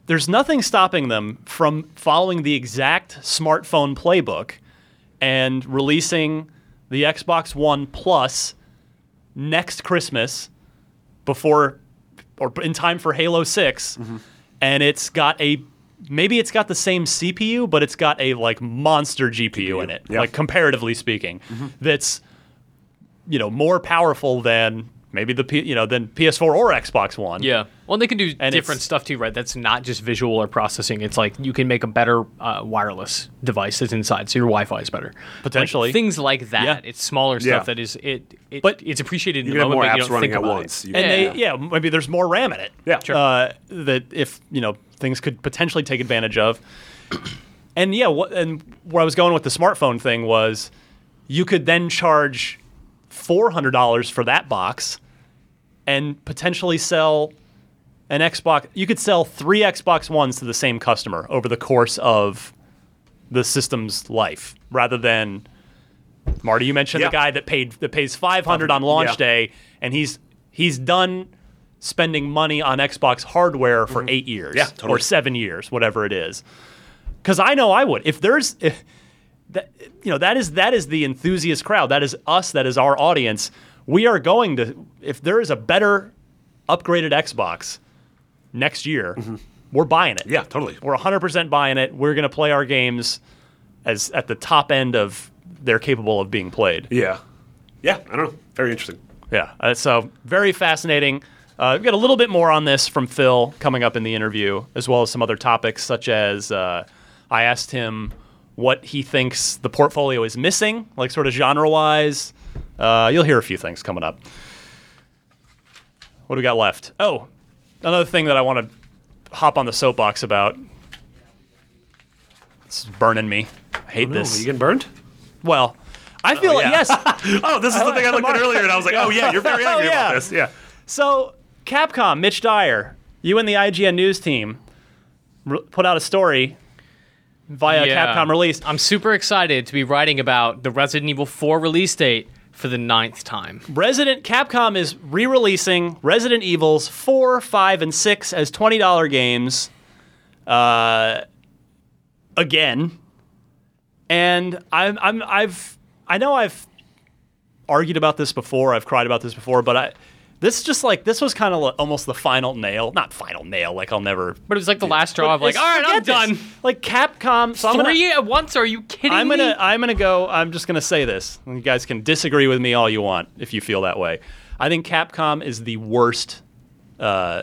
C: there's nothing stopping them from following the exact smartphone playbook and releasing the Xbox One Plus next Christmas before or in time for Halo 6 and it's got a maybe it's got the same CPU but it's got a like monster GPU, in it
E: yeah.
C: like comparatively speaking that's you know more powerful than maybe the P, you know than PS4 or Xbox One
D: Yeah. Well, they can do
C: And
D: different
C: it's-
D: stuff too, right? That's not just visual or processing. It's like you can make a better uh, wireless device that's inside, so your Wi-Fi is better. Like,
C: Potentially.
D: things like that.
C: Yeah.
D: It's smaller
E: Yeah.
D: stuff that is it. it
C: But-
D: it's appreciated in the
E: You can have
D: moment.
E: more
D: but you
E: apps
D: don't
E: running
D: think
E: at
D: about
E: once.
D: It.
E: You
C: and
E: can-
C: they yeah maybe there's more RAM in it
E: Yeah. Sure.
C: uh, that if you know things could potentially take advantage of and yeah what and where I was going with the smartphone thing was you could then charge four hundred dollars for that box and potentially sell an Xbox. You could sell three Xbox Ones to the same customer over the course of the system's life, rather than Marty. You mentioned
E: Yeah.
C: the guy that paid that pays five hundred on launch
E: Yeah.
C: day, and he's he's done spending money on Xbox hardware for eight years,
E: Mm-hmm. Yeah, totally.
C: or seven years, whatever it is. Because I know I would. If there's if, that you know that is that is the enthusiast crowd that is us that is our audience we are going to if there is a better upgraded xbox next year we're buying it
E: Mm-hmm. Yeah, totally.
C: we're 100% buying it we're going to play our games as at the top end of they're capable of being played
E: Yeah. Yeah, I don't know. Very interesting.
C: yeah uh, so very fascinating uh, we've got a little bit more on this from phil coming up in the interview as well as some other topics such as uh, i asked him what he thinks the portfolio is missing like sort of genre wise uh, you'll hear a few things coming up what do we got left oh another thing that i want to hop on the soapbox about this is burning me I hate
E: Oh,
C: this
E: you getting burned?
C: well i feel like
E: yeah.
C: yes
E: Oh, this is the thing I looked at earlier, and I was like, oh yeah, you're very
C: Oh,
E: angry
C: yeah.
E: about this. Yeah.
C: So, Capcom, Mitch Dyer, you and the IGN news team re- put out a story via
D: Yeah.
C: Capcom release. Um,
D: I'm super excited to be writing about the Resident Evil 4 release date for the ninth time.
C: Resident Capcom is re-releasing Resident Evils 4, 5, and 6 as $20 games uh, again. And I'm, I'm I've I know I've argued about this before, I've cried about this before, but I this just like this was kind of almost the final nail, not final nail, like I'll never
D: But it was like the last straw of like, all right, I'm
C: Forget
D: done.
C: this. Like Capcom, so I'm gonna,
D: Three at once? Are you kidding
C: I'm
D: me?
C: gonna, I'm gonna go. I'm just gonna say this. You guys can disagree with me all you want if you feel that way. I think Capcom is the worst uh,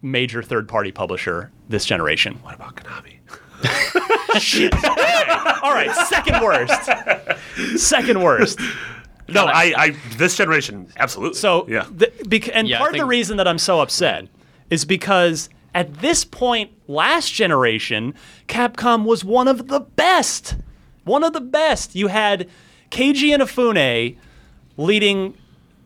C: major third-party publisher this generation.
E: What about Konami?
C: All right, second worst. second worst.
E: No, I, I, this generation, absolutely.
C: So,
E: yeah.
C: the- bec- and
D: Yeah, I
C: part of the
D: think-
C: reason that I'm so upset is because at this point last generation, Capcom was one of the best. One of the best. You had Keiji Inafune leading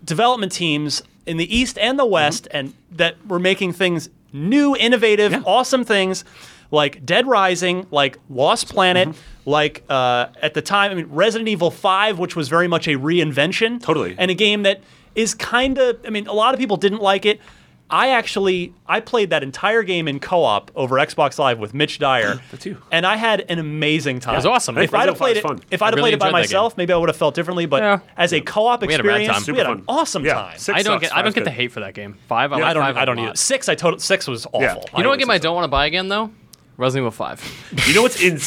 C: development teams in the East and the West,
D: Mm-hmm.
C: and that were making things new, innovative, awesome things like Dead Rising, like Lost Planet,
D: Mm-hmm.
C: like uh, at the time, I mean, Resident Evil 5, which was very much a reinvention.
E: Totally.
C: And a game that is kind of, I mean, a lot of people didn't like it. I actually I played that entire game in co-op over Xbox Live with Mitch Dyer.
E: That's you.
C: And I had an amazing time. It
D: was awesome. I think
C: If I'd
E: Resident
C: have played it,
E: Evil 5 is fun.
C: if I'd
D: I
C: have
D: really
C: played it by
D: enjoyed that game.
C: myself, maybe I would have felt differently. But
D: Yeah.
C: as a co-op
D: had a bad
C: experience,
D: time.
C: we had
E: Super
C: an
E: fun.
C: awesome
E: Yeah.
C: time.
E: Six
D: I don't
E: sucks,
D: get I don't
E: five's
D: get the
E: good.
D: hate for that game. Five, I
E: Yeah,
D: like
C: I don't.
D: five
C: I
D: a
C: don't
D: lot.
C: either. Six. I total six was awful.
E: Yeah.
D: You know what game I
E: Fireworks.
D: don't want to buy again though? Resident Evil Five.
E: You know what's in?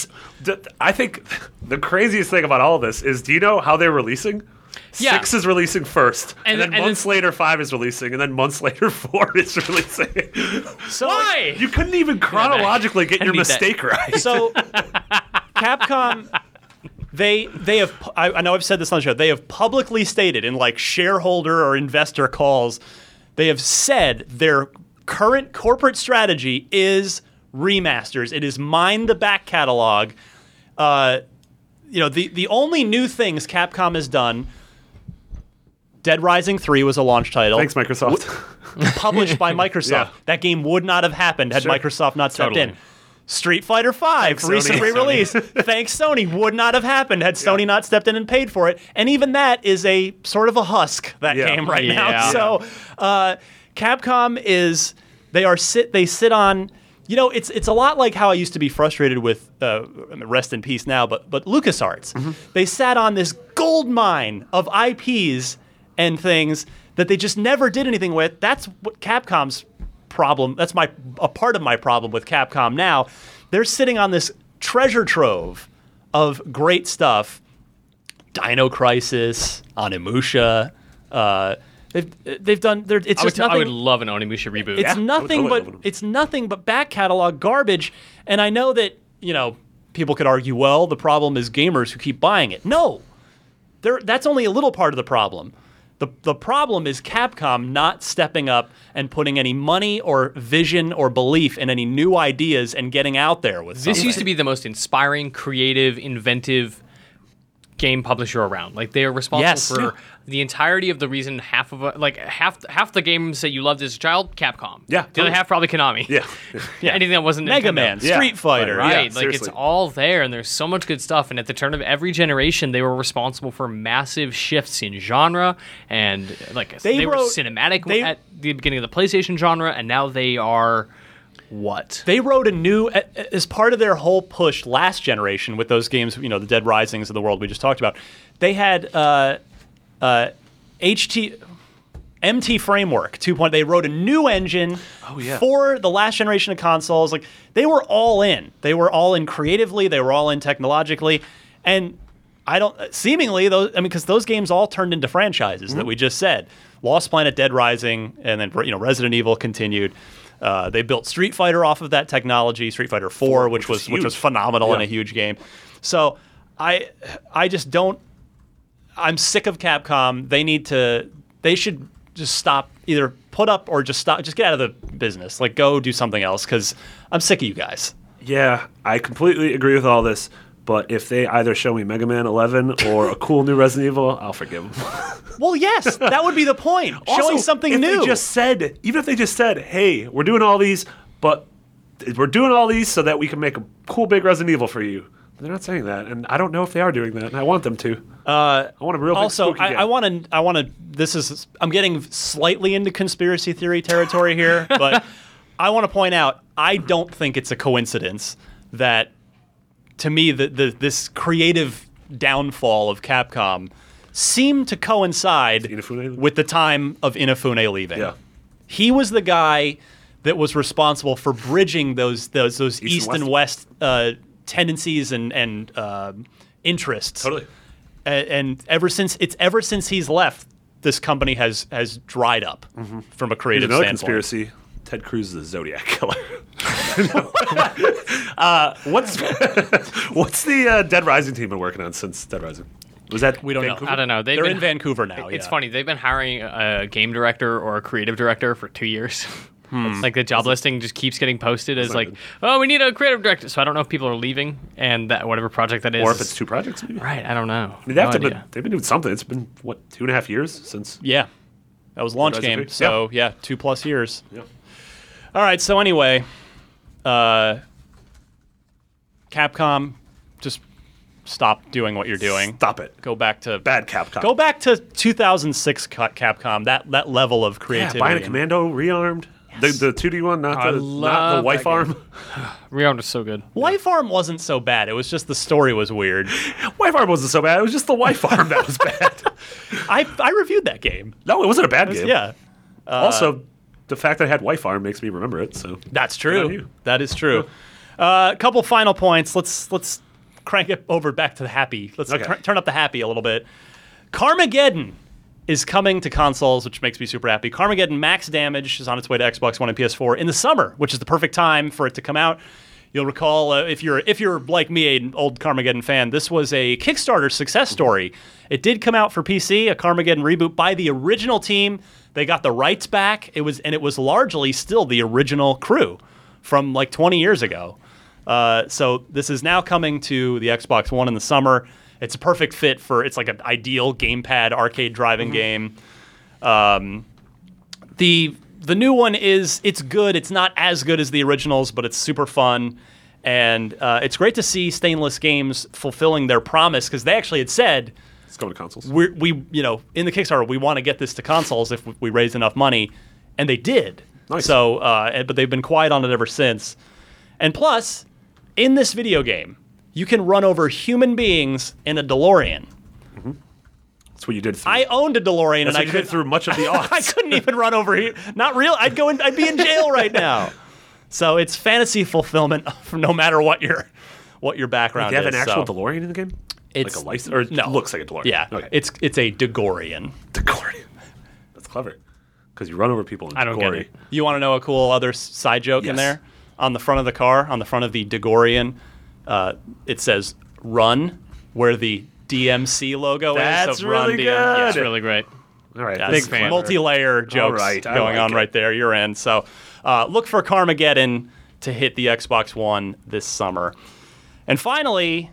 E: th- I think the craziest thing about all this is, do you know how they're releasing?
D: Yeah.
E: Six is releasing first,
D: And-
E: and, then
D: and
E: months
D: then-
E: later five is releasing, and then months later four is releasing.
C: So,
D: Why?
E: you couldn't even chronologically get your
D: need that.
E: mistake right.
C: So Capcom, they they have. pu- I, I know I've said this on the show. They have publicly stated in like shareholder or investor calls, they have said their current corporate strategy is remasters. It is mine the back catalog. Uh, you know the the only new things Capcom has done. Dead Rising 3 was a launch title.
E: Thanks, Microsoft.
C: published by Microsoft.
E: Yeah.
C: That game would not have happened had
E: Sure.
C: Microsoft not stepped
D: Totally.
C: in. Street Fighter V, recent
E: Sony.
C: re-release. Thanks Sony would not have happened had Sony not stepped in and paid for it. And even that is a sort of a husk that
E: Yeah.
C: game right
D: Yeah.
C: now. So, uh, Capcom is they are sit they sit on. You know, it's it's a lot like how I used to be frustrated with uh, I mean, rest in peace now, but but LucasArts. They sat on this gold mine of IPs and things that they just never did anything with. That's what Capcom's problem. That's my a part of my problem with Capcom now. They're sitting on this treasure trove of great stuff Dino Crisis, Onimusha. Uh, they've they've done. they're- It's
D: I would,
C: just
D: t- I
C: nothing.
D: would love an Onimusha reboot.
C: it's
E: would
C: nothing
E: totally love
C: but
E: them.
C: it's nothing but back catalog garbage. And I know that you know people could argue, well, the problem is gamers who keep buying it. No, there. That's only a little part of the problem. The, the problem is Capcom not stepping up and putting any money or vision or belief in any new ideas and getting out there with
D: This
C: something.
D: used to be the most inspiring, creative, inventive game publisher around. Like they are responsible
C: Yes.
D: for
C: Yeah.
D: the entirety of the reason half of like half half the games that you loved as a child, Capcom.
E: Yeah,
D: the
E: totally.
D: other half probably Konami.
E: Yeah.
D: yeah. Anything that wasn't
C: Mega
D: Nintendo.
C: Man,
E: Yeah.
C: Street Fighter.
E: Right,
D: Right,
E: Yeah,
D: like it's
E: seriously.
D: all there, and there's so much good stuff. And at the turn of every generation, they were responsible for massive shifts in genre, and like
C: They
D: they, were
C: wrote-
D: cinematic
C: they-
D: at the beginning of the PlayStation genre, and now they are what?
C: They wrote a new a- a- as part of their whole push last generation with those games, you know, the Dead Risings of the world we just talked about. They had uh, uh, HT MT Framework 2.0. They wrote a new engine
E: yeah.
C: for the last generation of consoles. Like they were all in. They were all in creatively. They were all in technologically, and I don't seemingly those. I mean, because those games all turned into franchises
E: Mm-hmm.
C: that we just said. Lost Planet, Dead Rising, and then you know Resident Evil continued. Uh, they built Street Fighter off of that technology. Street Fighter 4, which, was which was
E: huge.
C: phenomenal and a
E: Yeah.
C: huge game. So I I just don't I'm sick of Capcom. They need to. They should just stop. Either put up or just stop. Just get out of the business. Like go do something else. Because I'm sick of you guys.
E: Yeah, I completely agree with all this. But if they either show me Mega Man 11 or a cool new Resident Evil, I'll forgive them.
C: Well, yes, that would be the point. Showing
E: Also,
C: something
E: if
C: new.
E: They just said, even if they just said, "Hey, we're doing all these, but we're doing all these so that we can make a cool big Resident Evil for you." They're not saying that, and I don't know if they are doing that, and I want them to. Uh, I want a real
C: also,
E: Big spooky
C: I,
E: game.
C: I want to. I want to. This is. I'm getting slightly into conspiracy theory territory here, but I want to point out. I don't think it's a coincidence that, to me, the, the this creative downfall of Capcom seemed to coincide
E: Inafune?
C: with the time of Inafune leaving.
E: Yeah.
C: He was the guy that was responsible for bridging those those those east,
E: and
C: and west, uh, tendencies and and uh, interests
E: totally.
C: and, and ever since it's ever since he's left, this company has has dried up from a
E: Here's
C: creative
E: Mm-hmm. another
C: standpoint.
E: conspiracy. Ted Cruz is the Zodiac killer. uh, what's what's the uh, Dead Rising team been working on since Dead Rising? Was that
C: We don't know.
D: I don't know. They've
C: They're
D: been-
C: in Vancouver now.
D: It's
C: yeah.
D: funny. They've been hiring a game director or a creative director for two years.
E: Hmm.
D: Like the job listing just keeps getting posted as like,
E: good.
D: oh, we need a creative director. So I don't know if people are leaving and that whatever project that is.
E: Or if
D: is-
E: it's two projects, maybe.
D: right, I don't know.
E: I mean, they have
D: No
E: to
D: idea.
E: been, they've been doing something. It's been what two and a half years since
C: Yeah, that was launch
E: Horizon
C: game.
E: three?
C: So yeah. two plus years.
E: Yeah.
C: All right. So anyway, uh, Capcom, just stop doing what you're doing.
E: Stop it.
C: Go back to
E: Bad Capcom.
C: Go back to 2006 Ca- Capcom. That that level of
E: Yeah,
C: creativity.
E: buying a
C: and-
E: commando rearmed. The the two D one, not
D: I
E: the not the
D: love
E: wife
D: that
E: arm.
D: Rearmed was so good.
C: Life Arm wasn't so bad. It was just the story was weird.
E: wife arm wasn't so bad. It was just the wife arm that was bad.
C: I I reviewed that game.
E: No, it wasn't a bad game.
C: Yeah.
E: also, the fact that I had wife arm makes me remember it. So
C: That's
E: on
C: true.
E: you.
C: That is true. A couple final points. Let's let's crank it over back to the happy. Let's
E: Okay.
C: tur- turn up the happy a little bit. Carmageddon is coming to consoles, which makes me super happy. Carmageddon Max Damage is on its way to Xbox One and PS4 in the summer, which is the perfect time for it to come out. You'll recall uh, if you're if you're like me, an old Carmageddon fan, this was a Kickstarter success story. It did come out for PC, a Carmageddon reboot by the original team. They got the rights back. It was and it was largely still the original crew from like 20 years ago. Uh, so this is now coming to the Xbox One in the summer. It's a perfect fit for it's like an ideal gamepad arcade driving game. Um, the the new one is it's good. It's not as good as the originals, but it's super fun, and uh, it's great to see Stainless Games fulfilling their promise because they actually had said
E: it's going to consoles.
C: we're, we you know in the Kickstarter we want to get this to consoles if we raise enough money, and they did.
E: Nice.
C: So, uh, and- but they've been quiet on it ever since. And plus, in this video game, you can run over human beings in a DeLorean.
E: That's what you did. Through.
C: I owned a DeLorean, and
E: That's what
C: I
E: you
C: could
E: did through much of the
C: I
E: odds.
C: couldn't even run over here. Not real. I'd go in. I'd be in jail right now. So it's fantasy fulfillment, of no matter what your what your background
E: Do you have
C: is.
E: an actual
C: so.
E: DeLorean in the game?
C: It's-
E: like a license, or it
C: no.
E: looks like a DeLorean.
C: Yeah,
E: okay.
C: it's it's a DeGorian.
E: DeLorean. That's clever, because you run over people. In
D: I don't get
E: DeLorean.
D: it.
C: You want to know a cool other s- side joke in
E: Yes.
C: there? On the front of the car, on the front of the DeGorian, uh, it says "Run," where the DMC logo is.
E: That's
C: so Run
E: really
C: DMC. Yeah.
E: good.
D: It's really great.
E: All right,
C: Yeah,
E: this
C: big
E: is
D: fan.
E: clever.
C: multi-layer jokes
E: right, I
C: going
E: like
C: on
E: it.
C: right there. You're in. So uh, look for Carmageddon to hit the Xbox One this summer. And finally,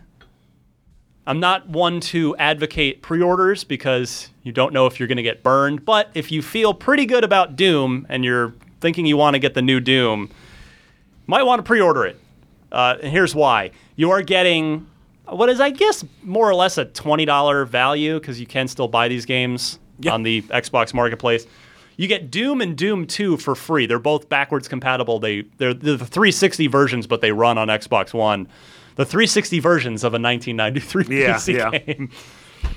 C: I'm not one to advocate pre-orders because you don't know if you're going to get burned. But if you feel pretty good about Doom and you're thinking you want to get the new Doom, might want to pre-order it. Uh, and here's why: you are getting what is, I guess, more or less a twenty dollar value because you can still buy these games
E: Yeah.
C: on the Xbox Marketplace. You get Doom and Doom 2 for free. They're both backwards compatible. They they're, they're the 360 versions, but they run on Xbox One. The 360 versions of a 1993
E: Yeah,
C: PC
E: yeah.
C: game.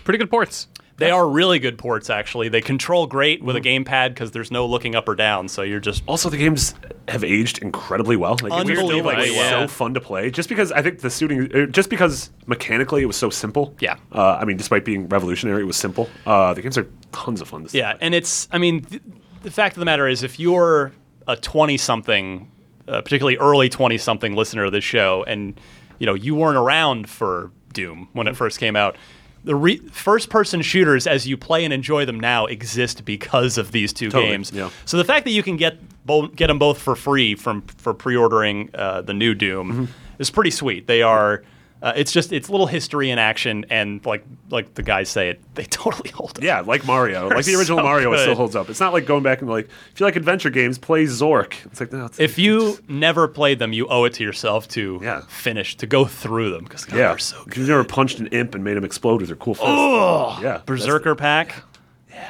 D: Pretty good ports.
C: They are really good ports, actually. They control great with a
E: Mm.
C: gamepad because there's no looking up or down, so you're just
E: Also, the games have aged incredibly well. Like, it's still, like
C: Unbelievably
E: so
C: well.
E: fun to play. Just because I think the shooting, er, just because mechanically it was so simple.
C: Yeah.
E: Uh, I mean, despite being revolutionary, it was simple. Uh, the games are tons of fun. To see.
C: Yeah, and it's, I mean, th- the fact of the matter is, if you're a 20 something, uh, particularly early 20 something listener of this show, and you know, you weren't around for Doom when
E: Mm-hmm.
C: it first came out. The re- first-person shooters, as you play and enjoy them now, exist because of these two
E: Totally,
C: games.
E: yeah.
C: So the fact that you can get bo- get them both for free from for pre-ordering uh, the new Doom
E: Mm-hmm.
C: is pretty sweet. They are. Uh, it's just it's little history in action, and like like the guys say it, they totally hold up.
E: Yeah, like Mario, like the original
C: so
E: Mario, it still
C: good.
E: holds up. It's not like going back and like, if you like adventure games, play Zork. It's like no, it's,
C: If you never played them, you owe it to yourself to
E: Yeah.
C: finish, to go through them because
E: yeah,
C: they're so good.
E: if you've never punched an imp and made him explode with your cool fist. Oh, yeah, that's
C: Berserker pack.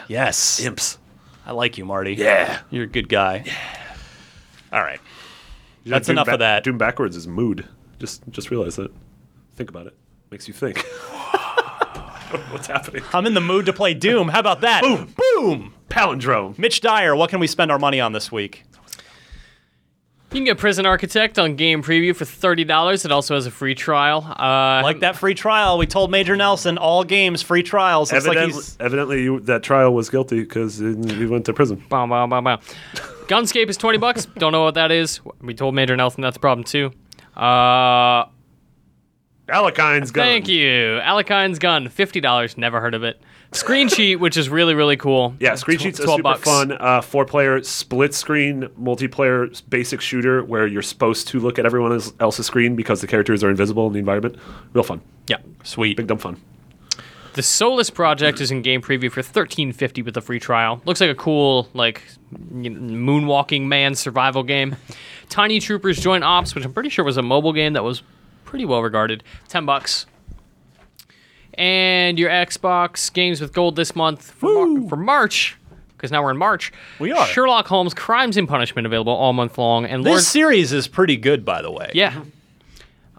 C: Yes.
E: the imps.
C: I like you, Marty.
E: Yeah.
C: You're a good guy. All right.
E: You know,
C: That's
E: Doom
C: enough
E: ba-
C: of that.
E: Doom backwards is mood. Just just realize that. Think about it. Makes you think. What's happening?
C: I'm in the mood to play Doom. How about that? Boom. Boom.
E: Palindrome.
C: Mitch Dyer, what can we spend our money on this week?
D: You can get Prison Architect on Game Preview for thirty dollars. It also has a free trial. Uh,
C: Like that free trial. We told Major Nelson all games, free trials. It's like
E: Evidently,
C: he's.
E: evidently you, that trial was guilty because he went to prison.
D: Bow, bow, bow, bow. Gunscape is 20 bucks. Don't know what that is. We told Major Nelson that's a problem too. Uh,
E: Alakine's gun.
D: thank you. Alakine's gun, $50. Never heard of it. Screen Sheet, which is really, really cool.
E: Yeah, Screen
D: Tw-
E: Sheet's a
D: 12
E: super
D: bucks.
E: fun uh, four-player split-screen multiplayer s- basic shooter where you're supposed to look at everyone else- else's screen because the characters are invisible in the environment. Real fun,
D: Yeah.
C: Sweet.
E: big dumb fun.
D: The Solus Project is in game preview for $13.50 with a free trial. Looks like a cool, like, you know, moonwalking man survival game. Tiny Troopers Joint Ops, which I'm pretty sure was a mobile game that was pretty well regarded. 10 bucks. And your Xbox games with gold this month for, Mar- for March, because now we're in March.
C: We are.
D: Sherlock Holmes Crimes and Punishment available all month long. And
C: This
D: Lords,
C: series is pretty good, by the way.
D: yeah.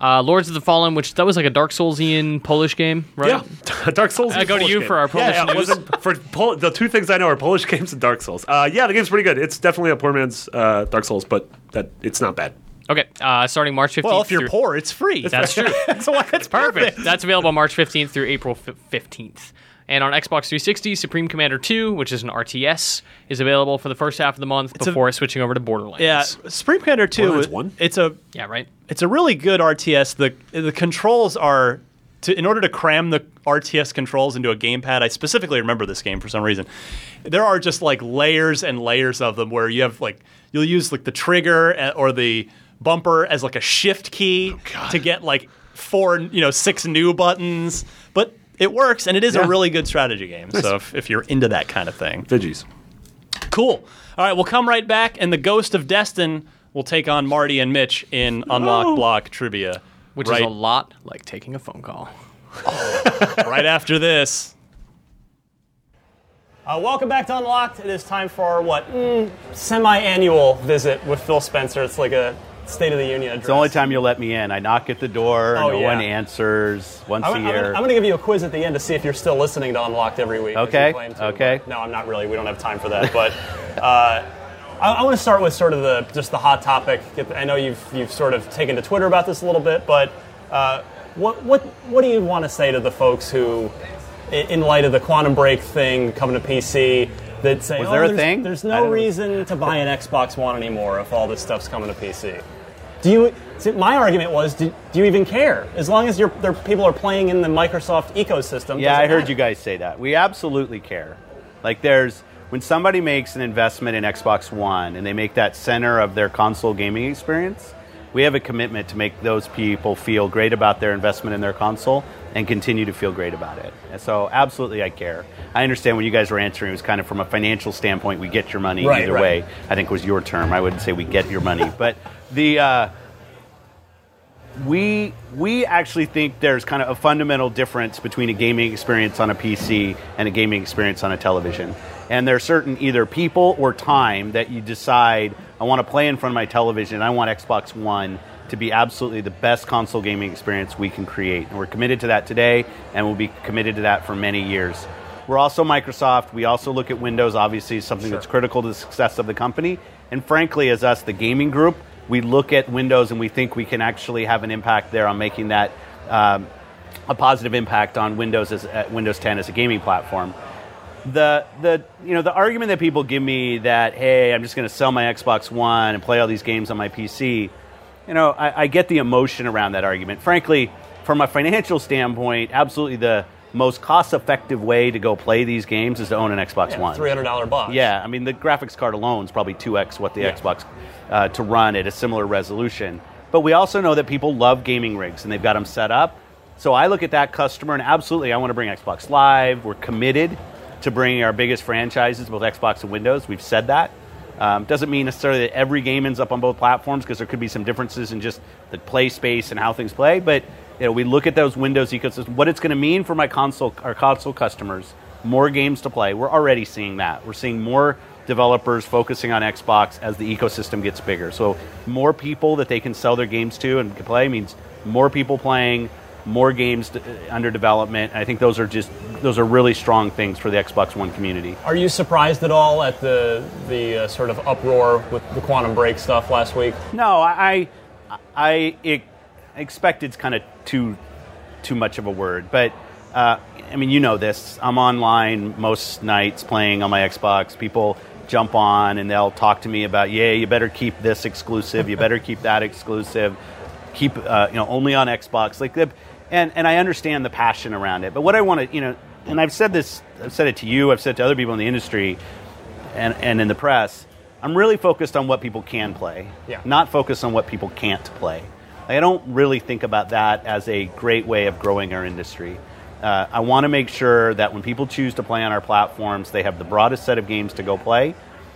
D: Uh, Lords of the Fallen, which that was like a Dark Soulsian Polish game, right?
E: Yeah, Dark Souls.
D: I
E: and
D: go to
E: Polish
D: you
E: game.
D: for our Polish
E: yeah, yeah, it
D: news.
E: wasn't- for Pol- the two things I know are Polish games and Dark Souls. Uh, yeah, the game's pretty good. It's definitely a poor man's uh, Dark Souls, but that it's not bad.
D: Okay, uh, starting March 15th.
C: Well, if you're
D: through-
C: poor, it's free.
D: That's true.
C: so why- it's
D: Perfect. That's available March 15th through April fi- 15th. And on Xbox 360, Supreme Commander 2, which is an RTS, is available for the first half of the month
C: a-
D: before switching over to Borderlands.
C: Yeah, Supreme Commander Two.
E: Borderlands
C: it-
E: one?
C: It's a
D: Yeah, right?
C: it's a really good RTS. The the controls are to in order to cram the RTS controls into a gamepad. I specifically remember this game for some reason. There are just like layers and layers of them where you have like you'll use like the trigger a- or the bumper as like a shift key to get like four you know six new buttons, but. It works, and it is
E: Yeah.
C: a really good strategy game. So if, if you're into that kind of thing,
E: Veggies.
C: Cool. All right, we'll come right back, and the Ghost of Destin will take on Marty and Mitch in Unlock Block Trivia.
D: Which
C: right,
D: is a lot like taking a phone call.
C: right after this. Uh, welcome back to Unlocked. It is time for our, what, mm, semi-annual visit with Phil Spencer. It's like a State of the Union address.
G: It's the only time you'll let me in. I knock at the door,
C: Oh,
G: no
C: yeah.
G: one answers once
C: I'm,
G: a year.
C: going to give you a quiz at the end to see if you're still listening to Unlocked every week. if you
G: Okay,
C: claim to,
G: okay.
C: but No, I'm not really. We don't have time for that. But uh, I, I want to start with sort of the just the hot topic. Get the- I know you've you've sort of taken to Twitter about this a little bit, but uh, what what what do you want to say to the folks who, i- in light of the quantum break thing coming to PC, that say
G: Was
C: "Oh,
G: there a
C: there's,
G: thing?
C: There's
G: I
C: no
G: don't-
C: reason to buy an Xbox One anymore if all this stuff's coming to PC. Do you? See, my argument was, do, do you even care? As long as your their people are playing in the Microsoft ecosystem. doesn't
G: yeah, I heard
C: matter.
G: you guys say that. We absolutely care. Like, there's when somebody makes an investment in Xbox One and they make that center of their console gaming experience, we have a commitment to make those people feel great about their investment in their console and continue to feel great about it. And so, absolutely, I care. I understand when you guys were answering, it was kind of from a financial standpoint, we get your money
A: Right,
G: either
A: right.
G: way. I think was your term. I wouldn't say we get your money, but the. Uh, we we actually think there's kind of a fundamental difference between a gaming experience on a PC and a gaming experience on a television. And there are certain either people or time that you decide I want to play in front of my television. I want Xbox One to be absolutely the best console gaming experience we can create. And we're committed to that today and we'll be committed to that for many years. We're also Microsoft. We also look at Windows, obviously, as something that's critical to the success of the company. And frankly, as us, the gaming group, we look at Windows and we think we can actually have an impact there on making that um, a positive impact on Windows as uh, Windows 10 as a gaming platform. The the you know the argument that people give me that hey, I'm just going to sell my Xbox One and play all these games on my PC. You know, I, I get the emotion around that argument. Frankly, from a financial standpoint, absolutely the most cost-effective way to go play these games is to own an Xbox One.
H: Three hundred dollar box.
G: Yeah, I mean the graphics card alone is probably two x what the Xbox uh, to run at a similar resolution. But we also know that people love gaming rigs and they've got them set up. So I look at that customer and absolutely I want to bring Xbox Live. We're committed to bringing our biggest franchises, both Xbox and Windows. We've said that. Um, doesn't mean necessarily that every game ends up on both platforms because there could be some differences in just the play space and how things play. But you know, we look at those Windows ecosystems, what it's going to mean for my console, our console customers, more games to play. We're already seeing that. We're seeing more developers focusing on Xbox as the ecosystem gets bigger. So more people that they can sell their games to and can play means more people playing, more games to, under development. I think those are just those are really strong things for the Xbox One community.
H: Are you surprised at all at the the uh, sort of uproar with the quantum break stuff last week?
G: No, I I, I ex- expect it's kind of too too much of a word, but uh, I mean you know this. I'm online most nights playing on my Xbox. People jump on and they'll talk to me about, yeah, you better keep this exclusive. You better keep that exclusive. Keep uh, you know only on Xbox. Like the, and and I understand the passion around it, but what I want to you know, and I've said this, I've said it to you, I've said it to other people in the industry and, and in the press, I'm really focused on what people can play,
H: Yeah.
G: not focused on what people can't play. I don't really think about that as a great way of growing our industry. Uh, I want to make sure that when people choose to play on our platforms, they have the broadest set of games to go play.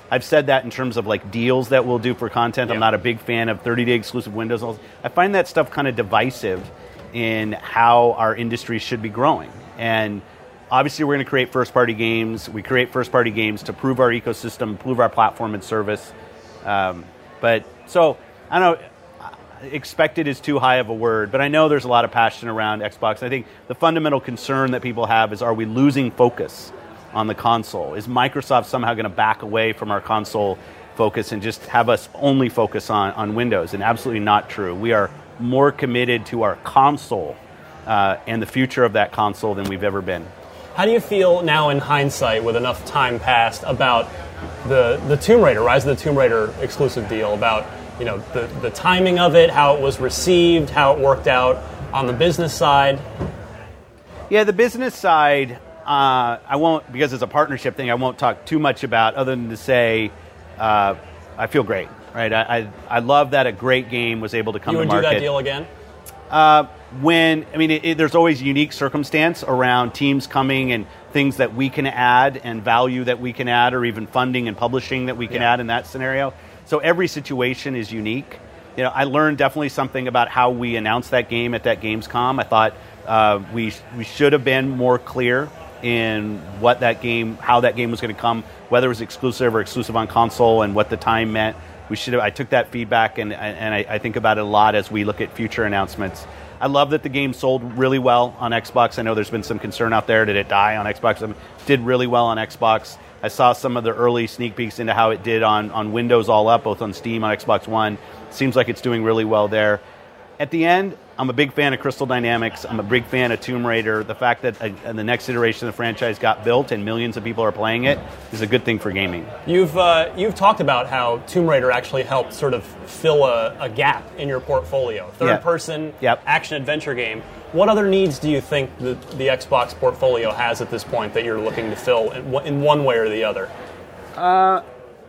G: I've said that in terms of like deals that we'll do for content. I'm not a big fan of 30 day exclusive windows. I find that stuff kind of divisive in how our industry should be growing. And obviously, we're going to create first party games. We create first party games to prove our ecosystem, prove our platform and service. Um, but so, I don't know. Expected is too high of a word, but I know there's a lot of passion around Xbox. I think the fundamental concern that people have is are we losing focus on the console? Is Microsoft somehow going to back away from our console focus and just have us only focus on, on Windows? And absolutely not true. We are more committed to our console uh, and the future of that console than we've ever been.
H: How do you feel now in hindsight, with enough time passed, about the the Tomb Raider Rise of the Tomb Raider exclusive deal? About you know the the timing of it, how it was received, how it worked out on the business side.
G: Yeah, the business side, uh, I won't because it's a partnership thing. I won't talk too much about other than to say, uh, I feel great. Right, I, I I love that a great game was able to come
H: You
G: to
H: would do
G: market
H: that deal again?
G: when I mean, it, it, there's always unique circumstance around teams coming and things that we can add and value that we can add, or even funding and publishing that we can add in that scenario. So every situation is unique. You know, I learned definitely something about how we announced that game at that Gamescom. I thought uh, we we should have been more clear in what that game, how that game was going to come, whether it was exclusive or exclusive on console, and what the time meant. We should have. I took that feedback and and I, I think about it a lot as we look at future announcements. I love that the game sold really well on Xbox. I know there's been some concern out there. Did it die on Xbox? Um, did really well on Xbox. I saw some of the early sneak peeks into how it did on, on Windows all up, both on Steam, on Xbox One. Seems like it's doing really well there. At the end, I'm a big fan of Crystal Dynamics. I'm a big fan of Tomb Raider. The fact that uh, the next iteration of the franchise got built and millions of people are playing it is a good thing for gaming.
H: You've uh, you've talked about how Tomb Raider actually helped sort of fill a, a gap in your portfolio. Third
G: Yeah.
H: person
G: Yep.
H: action adventure game. What other needs do you think the, the Xbox portfolio has at this point that you're looking to fill in, one- in one way or the other?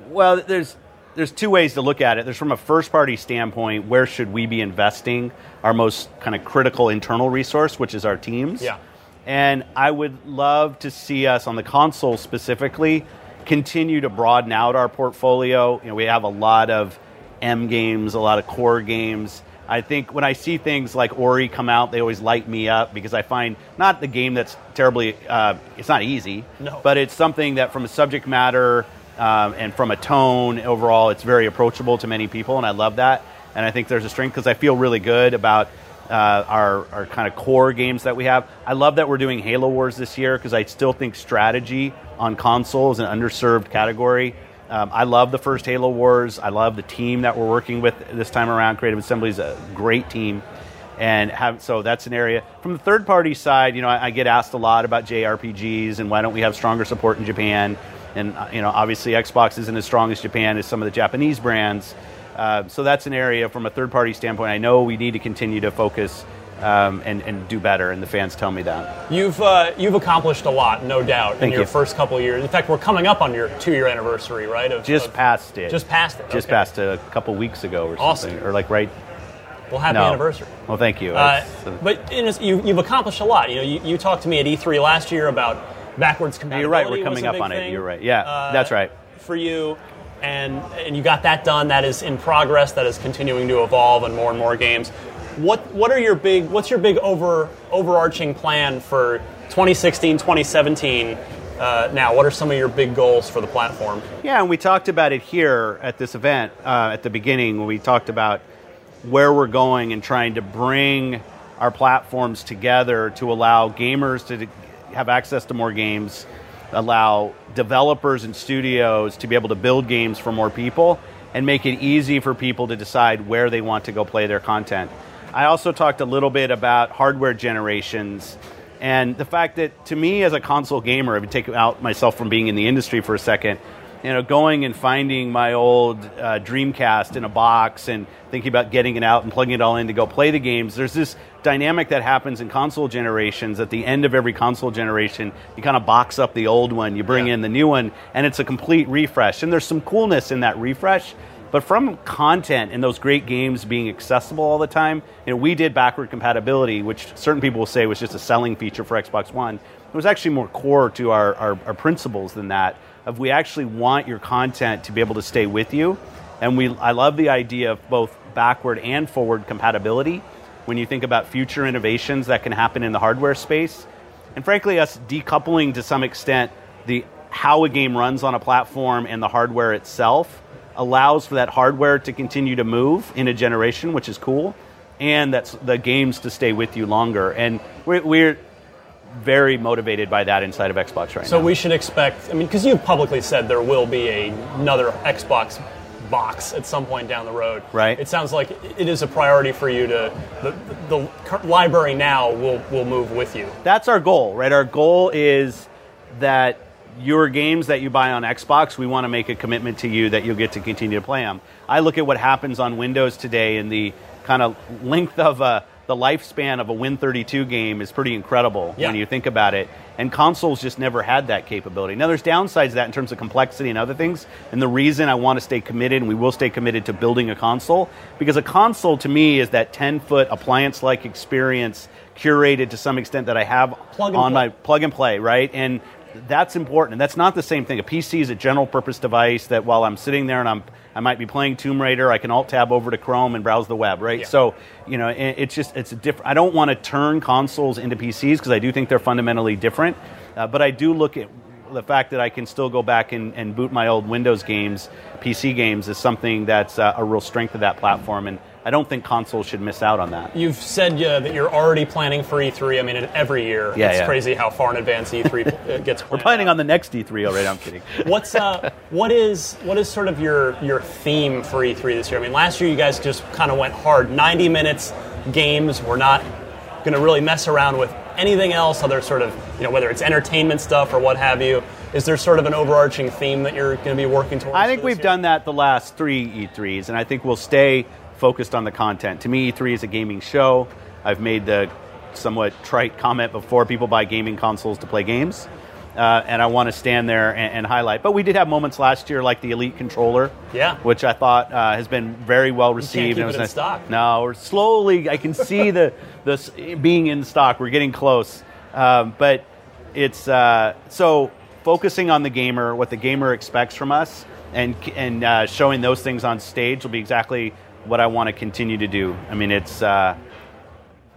G: Well, there's there's two ways to look at it. There's from a first party standpoint, where should we be investing our most kind of critical internal resource, which is our teams.
H: Yeah.
G: And I would love to see us on the console specifically continue to broaden out our portfolio. You know, we have a lot of M games, a lot of core games. I think when I see things like Ori come out, they always light me up because I find not the game that's terribly, uh, it's not easy,
H: No.
G: but it's something that from a subject matter um, and from a tone overall, it's very approachable to many people, and I love that. And I think there's a strength because I feel really good about uh, our, our kind of core games that we have. I love that we're doing Halo Wars this year because I still think strategy on console is an underserved category. Um, I love the first Halo Wars. I love the team that we're working with this time around. Creative Assembly is a great team and have so that's an area from the third party side you know I, I get asked a lot about jrpgs and why don't we have stronger support in japan and uh, you know obviously xbox isn't as strong as japan as some of the japanese brands uh, so that's an area from a third party standpoint i know we need to continue to focus um, and, and do better and the fans tell me that
H: You've uh, you've accomplished a lot, no doubt, in
G: Thank
H: your
G: you.
H: first couple of years. In fact, we're coming up on your two-year anniversary, right? Of,
G: just
H: of-
G: past it
H: Just past it.
G: just
H: okay.
G: past a couple weeks ago or
H: Awesome.
G: something or like right
H: Well, happy
G: no.
H: anniversary.
G: well thank you
H: Uh,
G: It's, uh,
H: but in a, you, you've accomplished a lot. You know, you, you talked to me at E3 last year about backwards compatibility.
G: you're right we're
H: was
G: coming
H: a
G: up
H: big
G: on it
H: thing,
G: you're right yeah
H: uh,
G: that's right
H: For you, and and you got that done. That is in progress. That is continuing to evolve, and more and more games. What what are your big? What's your big over overarching plan for 2016, 2017? Uh, now, what are some of your big goals for the platform?
G: Yeah, and we talked about it here at this event uh, at the beginning. when We talked about where we're going and trying to bring our platforms together to allow gamers to d- have access to more games, allow developers and studios to be able to build games for more people, and make it easy for people to decide where they want to go play their content. I also talked a little bit about hardware generations and the fact that to me as a console gamer, if you take out myself from being in the industry for a second, you know, going and finding my old uh, Dreamcast in a box and thinking about getting it out and plugging it all in to go play the games. There's this dynamic that happens in console generations. At the end of every console generation, you kind of box up the old one, you bring in the new one, and it's a complete refresh. And there's some coolness in that refresh. But from content and those great games being accessible all the time, you know, we did backward compatibility, which certain people will say was just a selling feature for Xbox One. It was actually more core to our, our, our principles than that. Of we actually want your content to be able to stay with you, and we I love the idea of both backward and forward compatibility. When you think about future innovations that can happen in the hardware space, and frankly, us decoupling to some extent the how a game runs on a platform and the hardware itself allows for that hardware to continue to move in a generation, which is cool, and that's the games to stay with you longer. And we're, we're very motivated by that inside of Xbox right
H: So
G: now.
H: we should expect. I mean, because you've publicly said there will be a, another Xbox box at some point down the road.
G: Right.
H: It sounds like it is a priority for you to the, the cur- library now will will move with you.
G: that's our goal, right? Our goal is that your games that you buy on Xbox, we want to make a commitment to you that you'll get to continue to play them. I look at what happens on Windows today, and the kind of length of uh, the lifespan of a Win32 game is pretty incredible
H: Yeah.
G: when you think about it. And consoles just never had that capability. Now, there's downsides to that in terms of complexity and other things. And the reason I want to stay committed, and we will stay committed to building a console, because a console to me is that 10 foot appliance like experience curated to some extent that I have
H: Plug and
G: on
H: play.
G: my plug and play, right? And that's important. And that's not the same thing. A PC is a general purpose device that while I'm sitting there and I'm I might be playing Tomb Raider, I can alt tab over to Chrome and browse the web, right?
H: Yeah.
G: So, you know, it- it's just it's a different I don't want to turn consoles into PCs because I do think they're fundamentally different. Uh, but I do look at the fact that I can still go back and, and boot my old Windows games, PC games, is something that's uh, a real strength of that platform. And I don't think consoles should miss out on that.
H: You've said uh, that you're already planning for E3. I mean, every year.
G: Yeah,
H: it's
G: yeah.
H: crazy how far in advance E3 uh, gets.
G: We're planning on the next E D3 already. I'm kidding.
H: What's uh, what is what is sort of your your theme for E3 this year? I mean, last year you guys just kind of went hard, 90 minutes games. We're not going to really mess around with anything else other sort of you know whether it's entertainment stuff or what have you. Is there sort of an overarching theme that you're going to be working towards?
G: I think
H: for this
G: we've
H: year?
G: done that the last three E3s, and I think we'll stay focused on the content. To me, E3 is a gaming show. I've made the somewhat trite comment before people buy gaming consoles to play games. uh, and I want to stand there and, and highlight. But we did have moments last year, like the Elite Controller,
H: Yeah.
G: which I thought uh, has been very well received.
H: keep
G: was
H: it in
G: nice.
H: stock.
G: No, we're slowly. I can see the this being in stock. We're getting close, um, but it's uh, so focusing on the gamer, what the gamer expects from us, and and uh, showing those things on stage will be exactly what I want to continue to do. I mean, it's uh,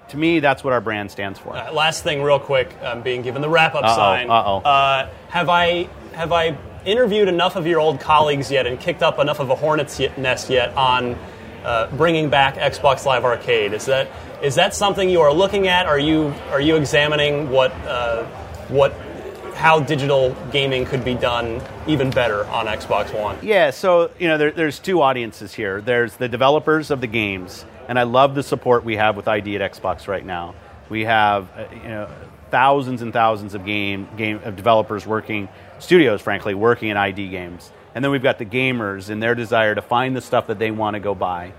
G: to me that's what our brand stands for.
H: Uh, last thing, real quick, um, being given the wrap up
G: Uh-oh,
H: sign.
G: uh-oh.
H: Uh, have I have I interviewed enough of your old colleagues yet, and kicked up enough of a hornet's ye- nest yet on uh, bringing back Xbox Live Arcade? Is that is that something you are looking at? Are you are you examining what uh, what how digital gaming could be done even better on Xbox One?
G: Yeah, so you know, there, there's two audiences here. There's the developers of the games, and I love the support we have with ID at Xbox right now. We have uh, you know thousands and thousands of game game of developers working studios, frankly, working in ID games, and then we've got the gamers and their desire to find the stuff that they want to go buy.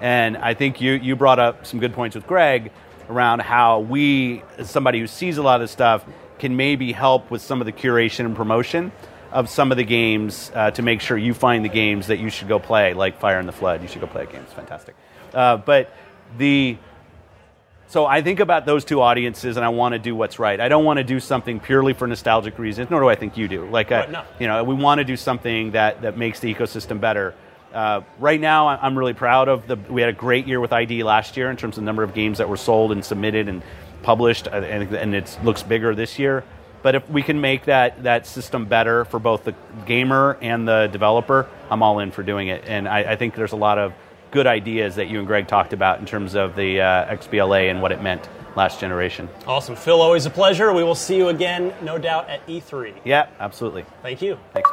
G: And I think you you brought up some good points with Greg around how we, as somebody who sees a lot of stuff, can maybe help with some of the curation and promotion of some of the games uh, to make sure you find the games that you should go play, like Fire in the Flood. You should go play that game. It's fantastic. Uh, but the so I think about those two audiences, and I want to do what's right. I don't want to do something purely for nostalgic reasons, nor do I think you do. Like, uh,
H: Right, no.
G: you know, we want to do something that that makes the ecosystem better. Uh, right now, I- I'm really proud of the. We had a great year with ID last year in terms of number of games that were sold and submitted and published, uh, and, and it looks bigger this year. But if we can make that that system better for both the gamer and the developer, I'm all in for doing it. And I, I think there's a lot of good ideas that you and Greg talked about in terms of the uh, XBLA and what it meant last generation.
H: Awesome, Phil. Always a pleasure. We will see you again, no doubt, at E3.
G: Yeah, absolutely.
H: Thank you.
G: Thanks.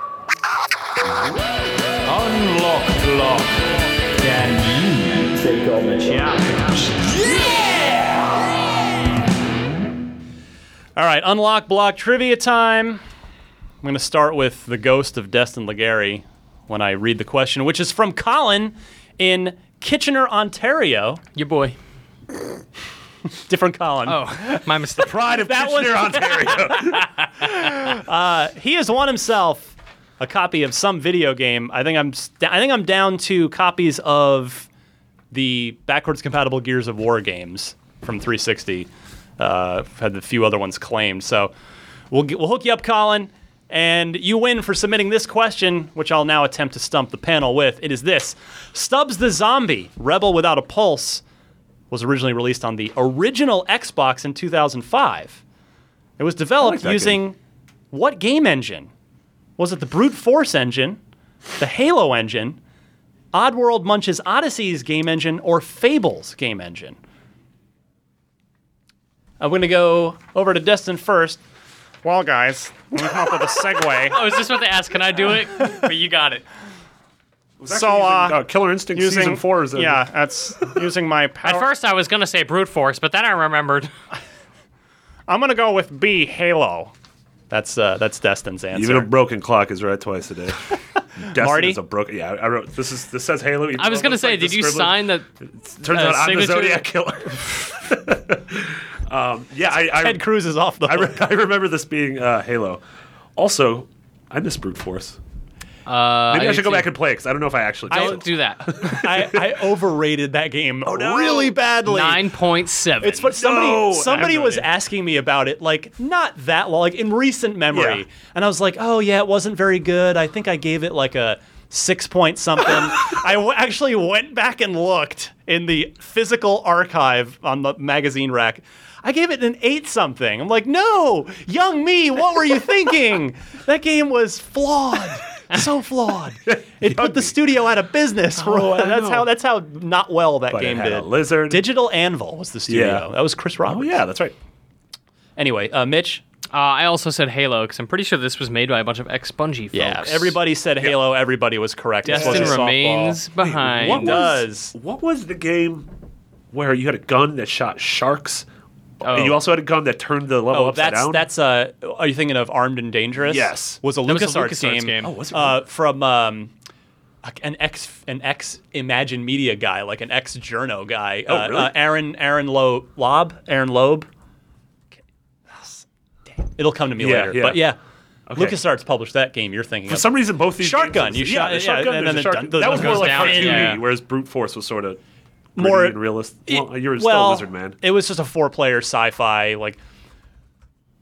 C: All right, unlock block trivia time. I'm going to start with the ghost of Destin Legary when I read the question, which is from Colin in Kitchener, Ontario.
D: Your boy.
C: Different Colin.
D: Oh, my mistake.
E: Pride of
C: That was-
E: Kitchener, Ontario.
C: He has won himself a copy of some video game. I think I'm st- I think I'm down to copies of the backwards compatible Gears of War games from 360. Uh, I've had a few other ones claimed. So we'll get, we'll hook you up, Colin, and you win for submitting this question, which I'll now attempt to stump the panel with. It is this: Stubbs the Zombie, Rebel Without a Pulse, was originally released on the original Xbox in 2005. It was developed
E: that
C: using what game engine? Was it the Brute Force engine, the Halo engine, Oddworld Munch's Odyssey's game engine, or Fable's game engine? I'm going to go over to Destin first. Well, guys, let me come up with a segue.
D: I was just about to ask, can I do it? But you got it.
C: So, uh,
E: Killer Instinct season four is a-
C: yeah, that's using my power.
D: At first, I was going to say brute force, but then I remembered.
C: I'm going to go with B, Halo. That's uh, that's Destin's answer.
E: Even a broken clock is read twice a day. Destin
C: Marty?
E: is a broken. Yeah, I wrote this is this says Halo. even
D: I was
E: though
D: going
E: it
D: to
E: looks
D: say,
E: like the
D: did you
E: scribbling.
D: sign the.
E: Turns
D: uh,
E: out I'm the
D: signature?
E: Zodiac killer. um, yeah, I I,
C: Ted Cruz is off the
E: I,
C: hook.
E: re- I remember this being uh, Halo. Also, I miss Brute Force.
D: Uh,
E: Maybe I,
D: do
E: should go
D: too.
E: back and play because I don't know if I actually.
D: Don't do that.
C: I, I overrated that game
E: Oh,
C: really badly.
D: 9.7.
C: It's fun. Somebody,
E: No,
C: somebody
E: I've
C: was
E: done it.
C: asking me about it, like not that long, like in recent memory,
E: Yeah.
C: and I was like, "Oh yeah, it wasn't very good. I think I gave it like a six point something." I w- actually went back and looked in the physical archive on the magazine rack. I gave it an eight something. I'm like, "No, young me, what were you thinking? that game was flawed." So flawed. It put the studio out of business. bro.
E: Oh, I
C: that's
E: know.
C: how. That's how not well that
E: But it
C: game
E: had a
C: did.
E: lizard.
C: Digital Anvil was the studio.
E: Yeah.
C: That was Chris
E: Oh
C: Roberts.
E: yeah, that's right.
C: Anyway, uh, Mitch.
D: Uh, I also said Halo because I'm pretty sure this was made by a bunch of ex Bungie folks.
C: Everybody said Halo. Everybody was correct. This
D: Destin
C: wasn't softball.
D: remains behind.
E: What
C: does.
E: was what was the game where you had a gun that shot sharks?
D: Oh.
E: And you also had a gun that turned the level
C: Oh,
E: upside
C: that's
E: down.
C: that's uh Are you thinking of Armed and Dangerous?
E: Yes.
C: Was a
D: That was a
C: LucasArts
D: LucasArts
C: game.
D: game. Oh, was
E: it
C: Uh, from um, an ex an ex Imagine Media guy, like an ex Journo guy. Oh, uh,
E: really?
C: uh, Aaron Aaron Lo- Lob Aaron Loeb. Damn. It'll come to me
E: Yeah,
C: later.
E: yeah.
C: But yeah,
E: Okay.
C: LucasArts published that game you're thinking
E: For
C: of.
E: some reason, both these
C: Shotgun,
E: games-
C: you
E: yeah,
C: shot-
E: the
C: yeah,
E: shotgun.
C: and
E: there's
C: then
E: a
C: the
E: shotgun.
C: dun- those
E: that was
C: goes
E: more like
C: down.
E: cartoony,
C: Yeah.
E: whereas brute force was sort of
C: More-
E: more and realist. Well, you were still
C: well,
E: a wizard man.
C: It was just a four player sci fi. Like,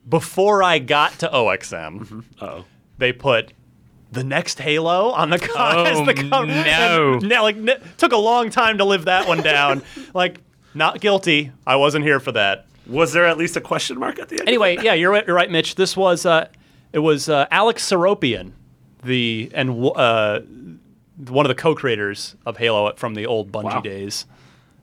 C: before I got to OXM,
E: Oh,
C: they put the next Halo on the co-
E: Oh,
C: as the cover.
D: no.
C: And now, like, n- took a long time to live that one down. like, not guilty. I wasn't here for that.
E: was there at least a question mark at the end?
C: Anyway, yeah, you're right, you're right Mitch. This was uh, it was uh, Alex Seropian, the and w- uh, one of the co-creators of Halo from the old Bungie
E: Wow.
C: days.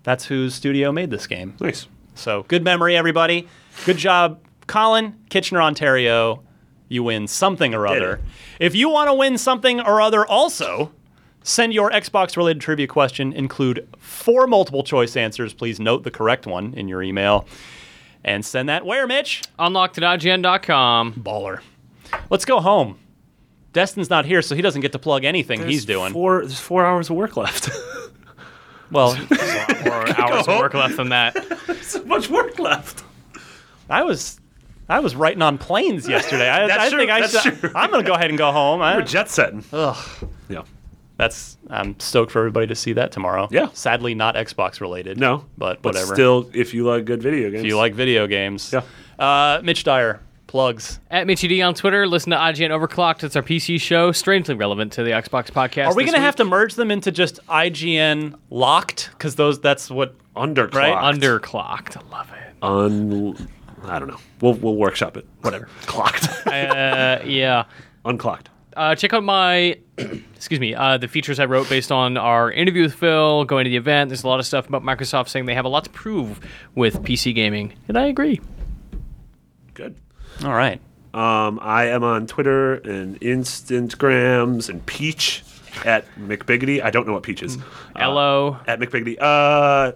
C: That's whose studio made this game.
E: nice.
C: So good memory, everybody. Good job, Colin, Kitchener, Ontario. You win something or other. If you want to win something or other, also send your Xbox related trivia question. Include four multiple choice answers. Please note the correct one in your email. And send that where, Mitch?
D: Unlocked.ign.com.
C: Baller. Let's go home. Destin's not here, so he doesn't get to plug anything he's
E: There's
C: doing.
E: Four, there's four hours of work left.
C: Well,
D: More hours of work left than that.
E: so much work left.
C: I was. I was writing on planes yesterday. I,
E: That's
C: I
E: true,
C: think I
E: that's
C: should,
E: true.
C: I'm going to go ahead and go home. I-
E: We're jet setting. Ugh. Yeah.
C: That's I'm stoked for everybody to see that tomorrow.
E: Yeah.
C: Sadly, not Xbox related.
E: No,
C: but whatever.
E: still, if you like good video games,
C: if you like video games.
E: Yeah.
C: Uh, Mitch Dyer plugs.
D: At Mitchy D on Twitter. Listen to IGN Overclocked. It's our PC show, strangely relevant to the Xbox podcast.
C: Are we
D: this
C: going to
D: week.
C: have to merge them into just IGN locked? Because those that's what.
E: underclocked,
C: Right?
D: underclocked? I love it.
E: un, I don't know. We'll we'll workshop it. Whatever. Clocked.
D: Uh, yeah.
E: Unclocked.
D: uh, check out my excuse me uh, the features i wrote based on our interview with phil going to the event there's a lot of stuff about microsoft saying they have a lot to prove with pc gaming and i agree
E: Good.
C: All right.
E: Um, I am on Twitter and Instagrams and Peach at McBiggity. I don't know what Peach
C: Mm.
E: is. Uh,
D: hello
E: at McBiggity. Uh,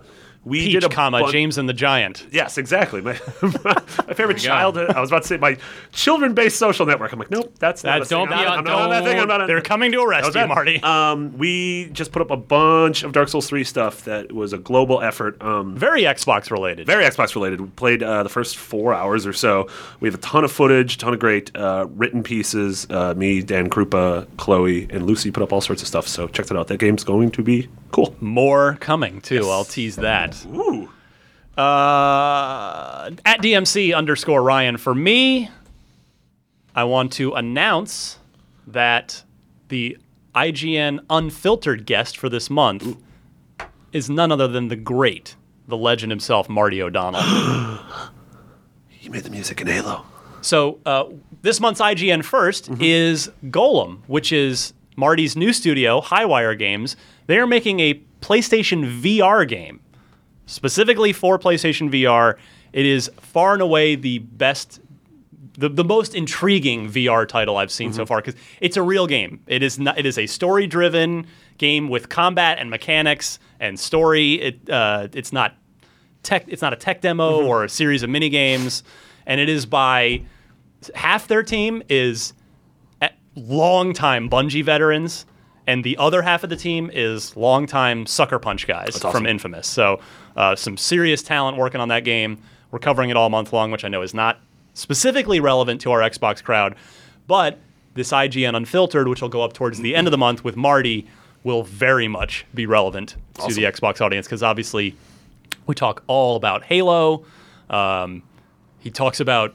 E: we
C: Peach,
E: did a
C: comma
E: bun-
C: James Oh and the Giant.
E: Yes, exactly. My, my favorite childhood. I was about to say my children-based social network. I'm like, nope, that's not.
C: That-
E: a thing.
C: don't
E: I'm
C: be
E: not-
C: on-
E: I'm not on that thing. I'm not on
C: They're
E: that-
C: coming to
E: That
C: arrest
E: was
C: you,
E: bad.
C: Marty.
E: Um, we just put up a bunch of Dark Souls 3 stuff that was a global effort. Um,
C: Very Xbox related.
E: very Xbox related. We played uh, the first four hours or so. We have a ton of footage, a ton of great uh, written pieces. Uh, me, Dan Krupa, Chloe, and Lucy put up all sorts of stuff. So check that out. That game's going to be cool.
C: More coming too. I'll tease that.
E: Ooh.
C: Uh, at DMC underscore Ryan for me. I want to announce that the IGN unfiltered guest for this month is none other than the great, the legend himself, Marty O'Donnell.
E: You made the music in Halo.
C: so uh, this month's IGN 1st is Golem, which is Marty's new studio, Highwire Games. They are making a PlayStation VR game specifically for PlayStation VR. It is far and away the best, the, the most intriguing VR title I've seen so far because it's a real game. It is not. It is a story driven game with combat and mechanics and story. It uh, it's not tech. It's not a tech demo or a series of mini games, and it is by half their team is a- longtime Bungie veterans, and the other half of the team is longtime Sucker Punch guys from Infamous. So uh, some serious talent working on that game. We're covering it all month long, which I know is not specifically relevant to our Xbox crowd, but this IGN Unfiltered, which will go up towards the end of the month with Marty, will very much be relevant to the Xbox audience because obviously we talk all about Halo. Um, he talks about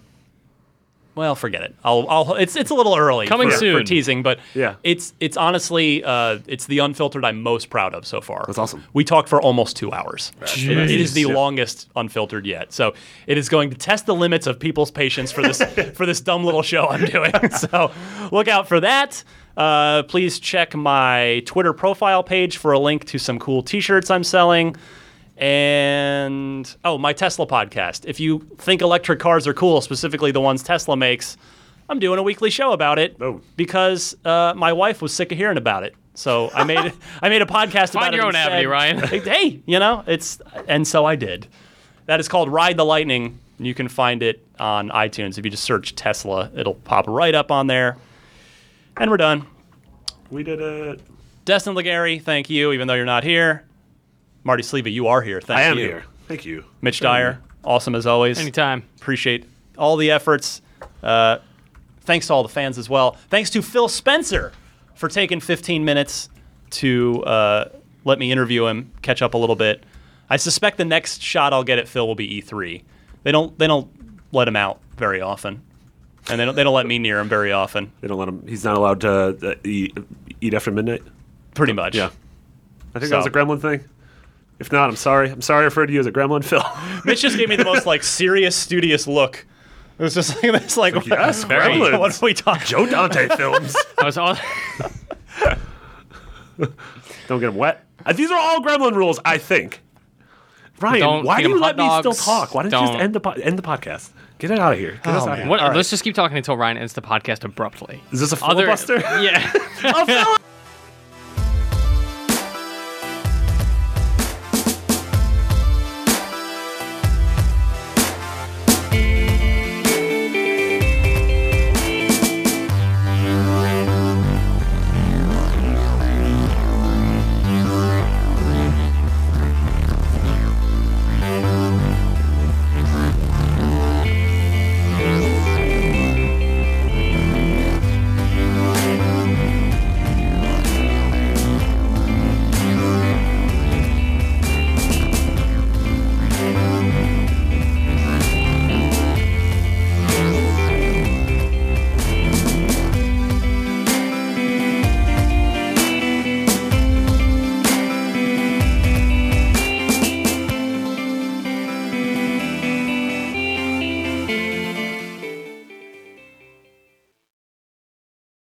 C: well, forget it. I'll, I'll it's it's a little early
D: Coming
C: for, for
D: soon.
C: teasing, but
E: Yeah.
C: it's it's honestly uh, it's the unfiltered I'm most proud of so far.
E: That's awesome.
C: We talked for almost two hours. It- it is the
E: Jeez.
C: longest unfiltered yet, so it is going to test the limits of people's patience for this for this dumb little show I'm doing. so look out for that. Uh, please check my Twitter profile page for a link to some cool T-shirts I'm selling. And oh, my Tesla podcast. If you think electric cars are cool, specifically the ones Tesla makes, I'm doing a weekly show about it
E: Oh.
C: because uh, my wife was sick of hearing about it. So I made I made a podcast about
D: Find
C: it
D: your own
C: instead.
D: avenue, Ryan.
C: hey, you know it's and so I did. That is called Ride the Lightning. You can find it on iTunes. If you just search Tesla, it'll pop right up on there. And we're done.
E: We did uh, it.
C: Destin Legary, thank you, even though you're not here. Marty Sleva, you are here. Thank
E: I am
C: you.
E: here. Thank you.
C: Mitch Dyer, awesome as always.
D: anytime
C: Appreciate all the efforts. Uh, Thanks to all the fans as well. Thanks to Phil Spencer for taking 15 minutes to uh, let me interview him, catch up a little bit. I suspect the next shot I'll get at Phil will be E3. They don't they don't let him out very often, and they don't they don't let me near him very often.
E: They don't let him. He's not allowed to uh, eat, eat after midnight.
C: Pretty much.
E: Yeah. I think that was
C: So-
E: a gremlin thing. If not, I'm sorry. I'm sorry I referred to you as a gremlin, Phil.
C: Mitch just gave me the most like serious, studious look. It was just like this, like,
E: yes,
C: what,
E: gremlins.
C: what are we talking?
E: Joe Dante films.
D: I was all,
E: Don't get him wet. Uh, these are all gremlin rules, I think. Ryan,
D: Don't
E: why
D: feed
E: do you
D: him hot
E: let me
D: dogs.
E: still talk? Why don't, you
D: Don't. Oh,
E: just end the, po- end the podcast? Get it out of here. Get us out of here.
D: what, let's just keep talking until Ryan ends the podcast abruptly.
E: Is this a
D: Other-
E: filibuster?
D: yeah.
E: a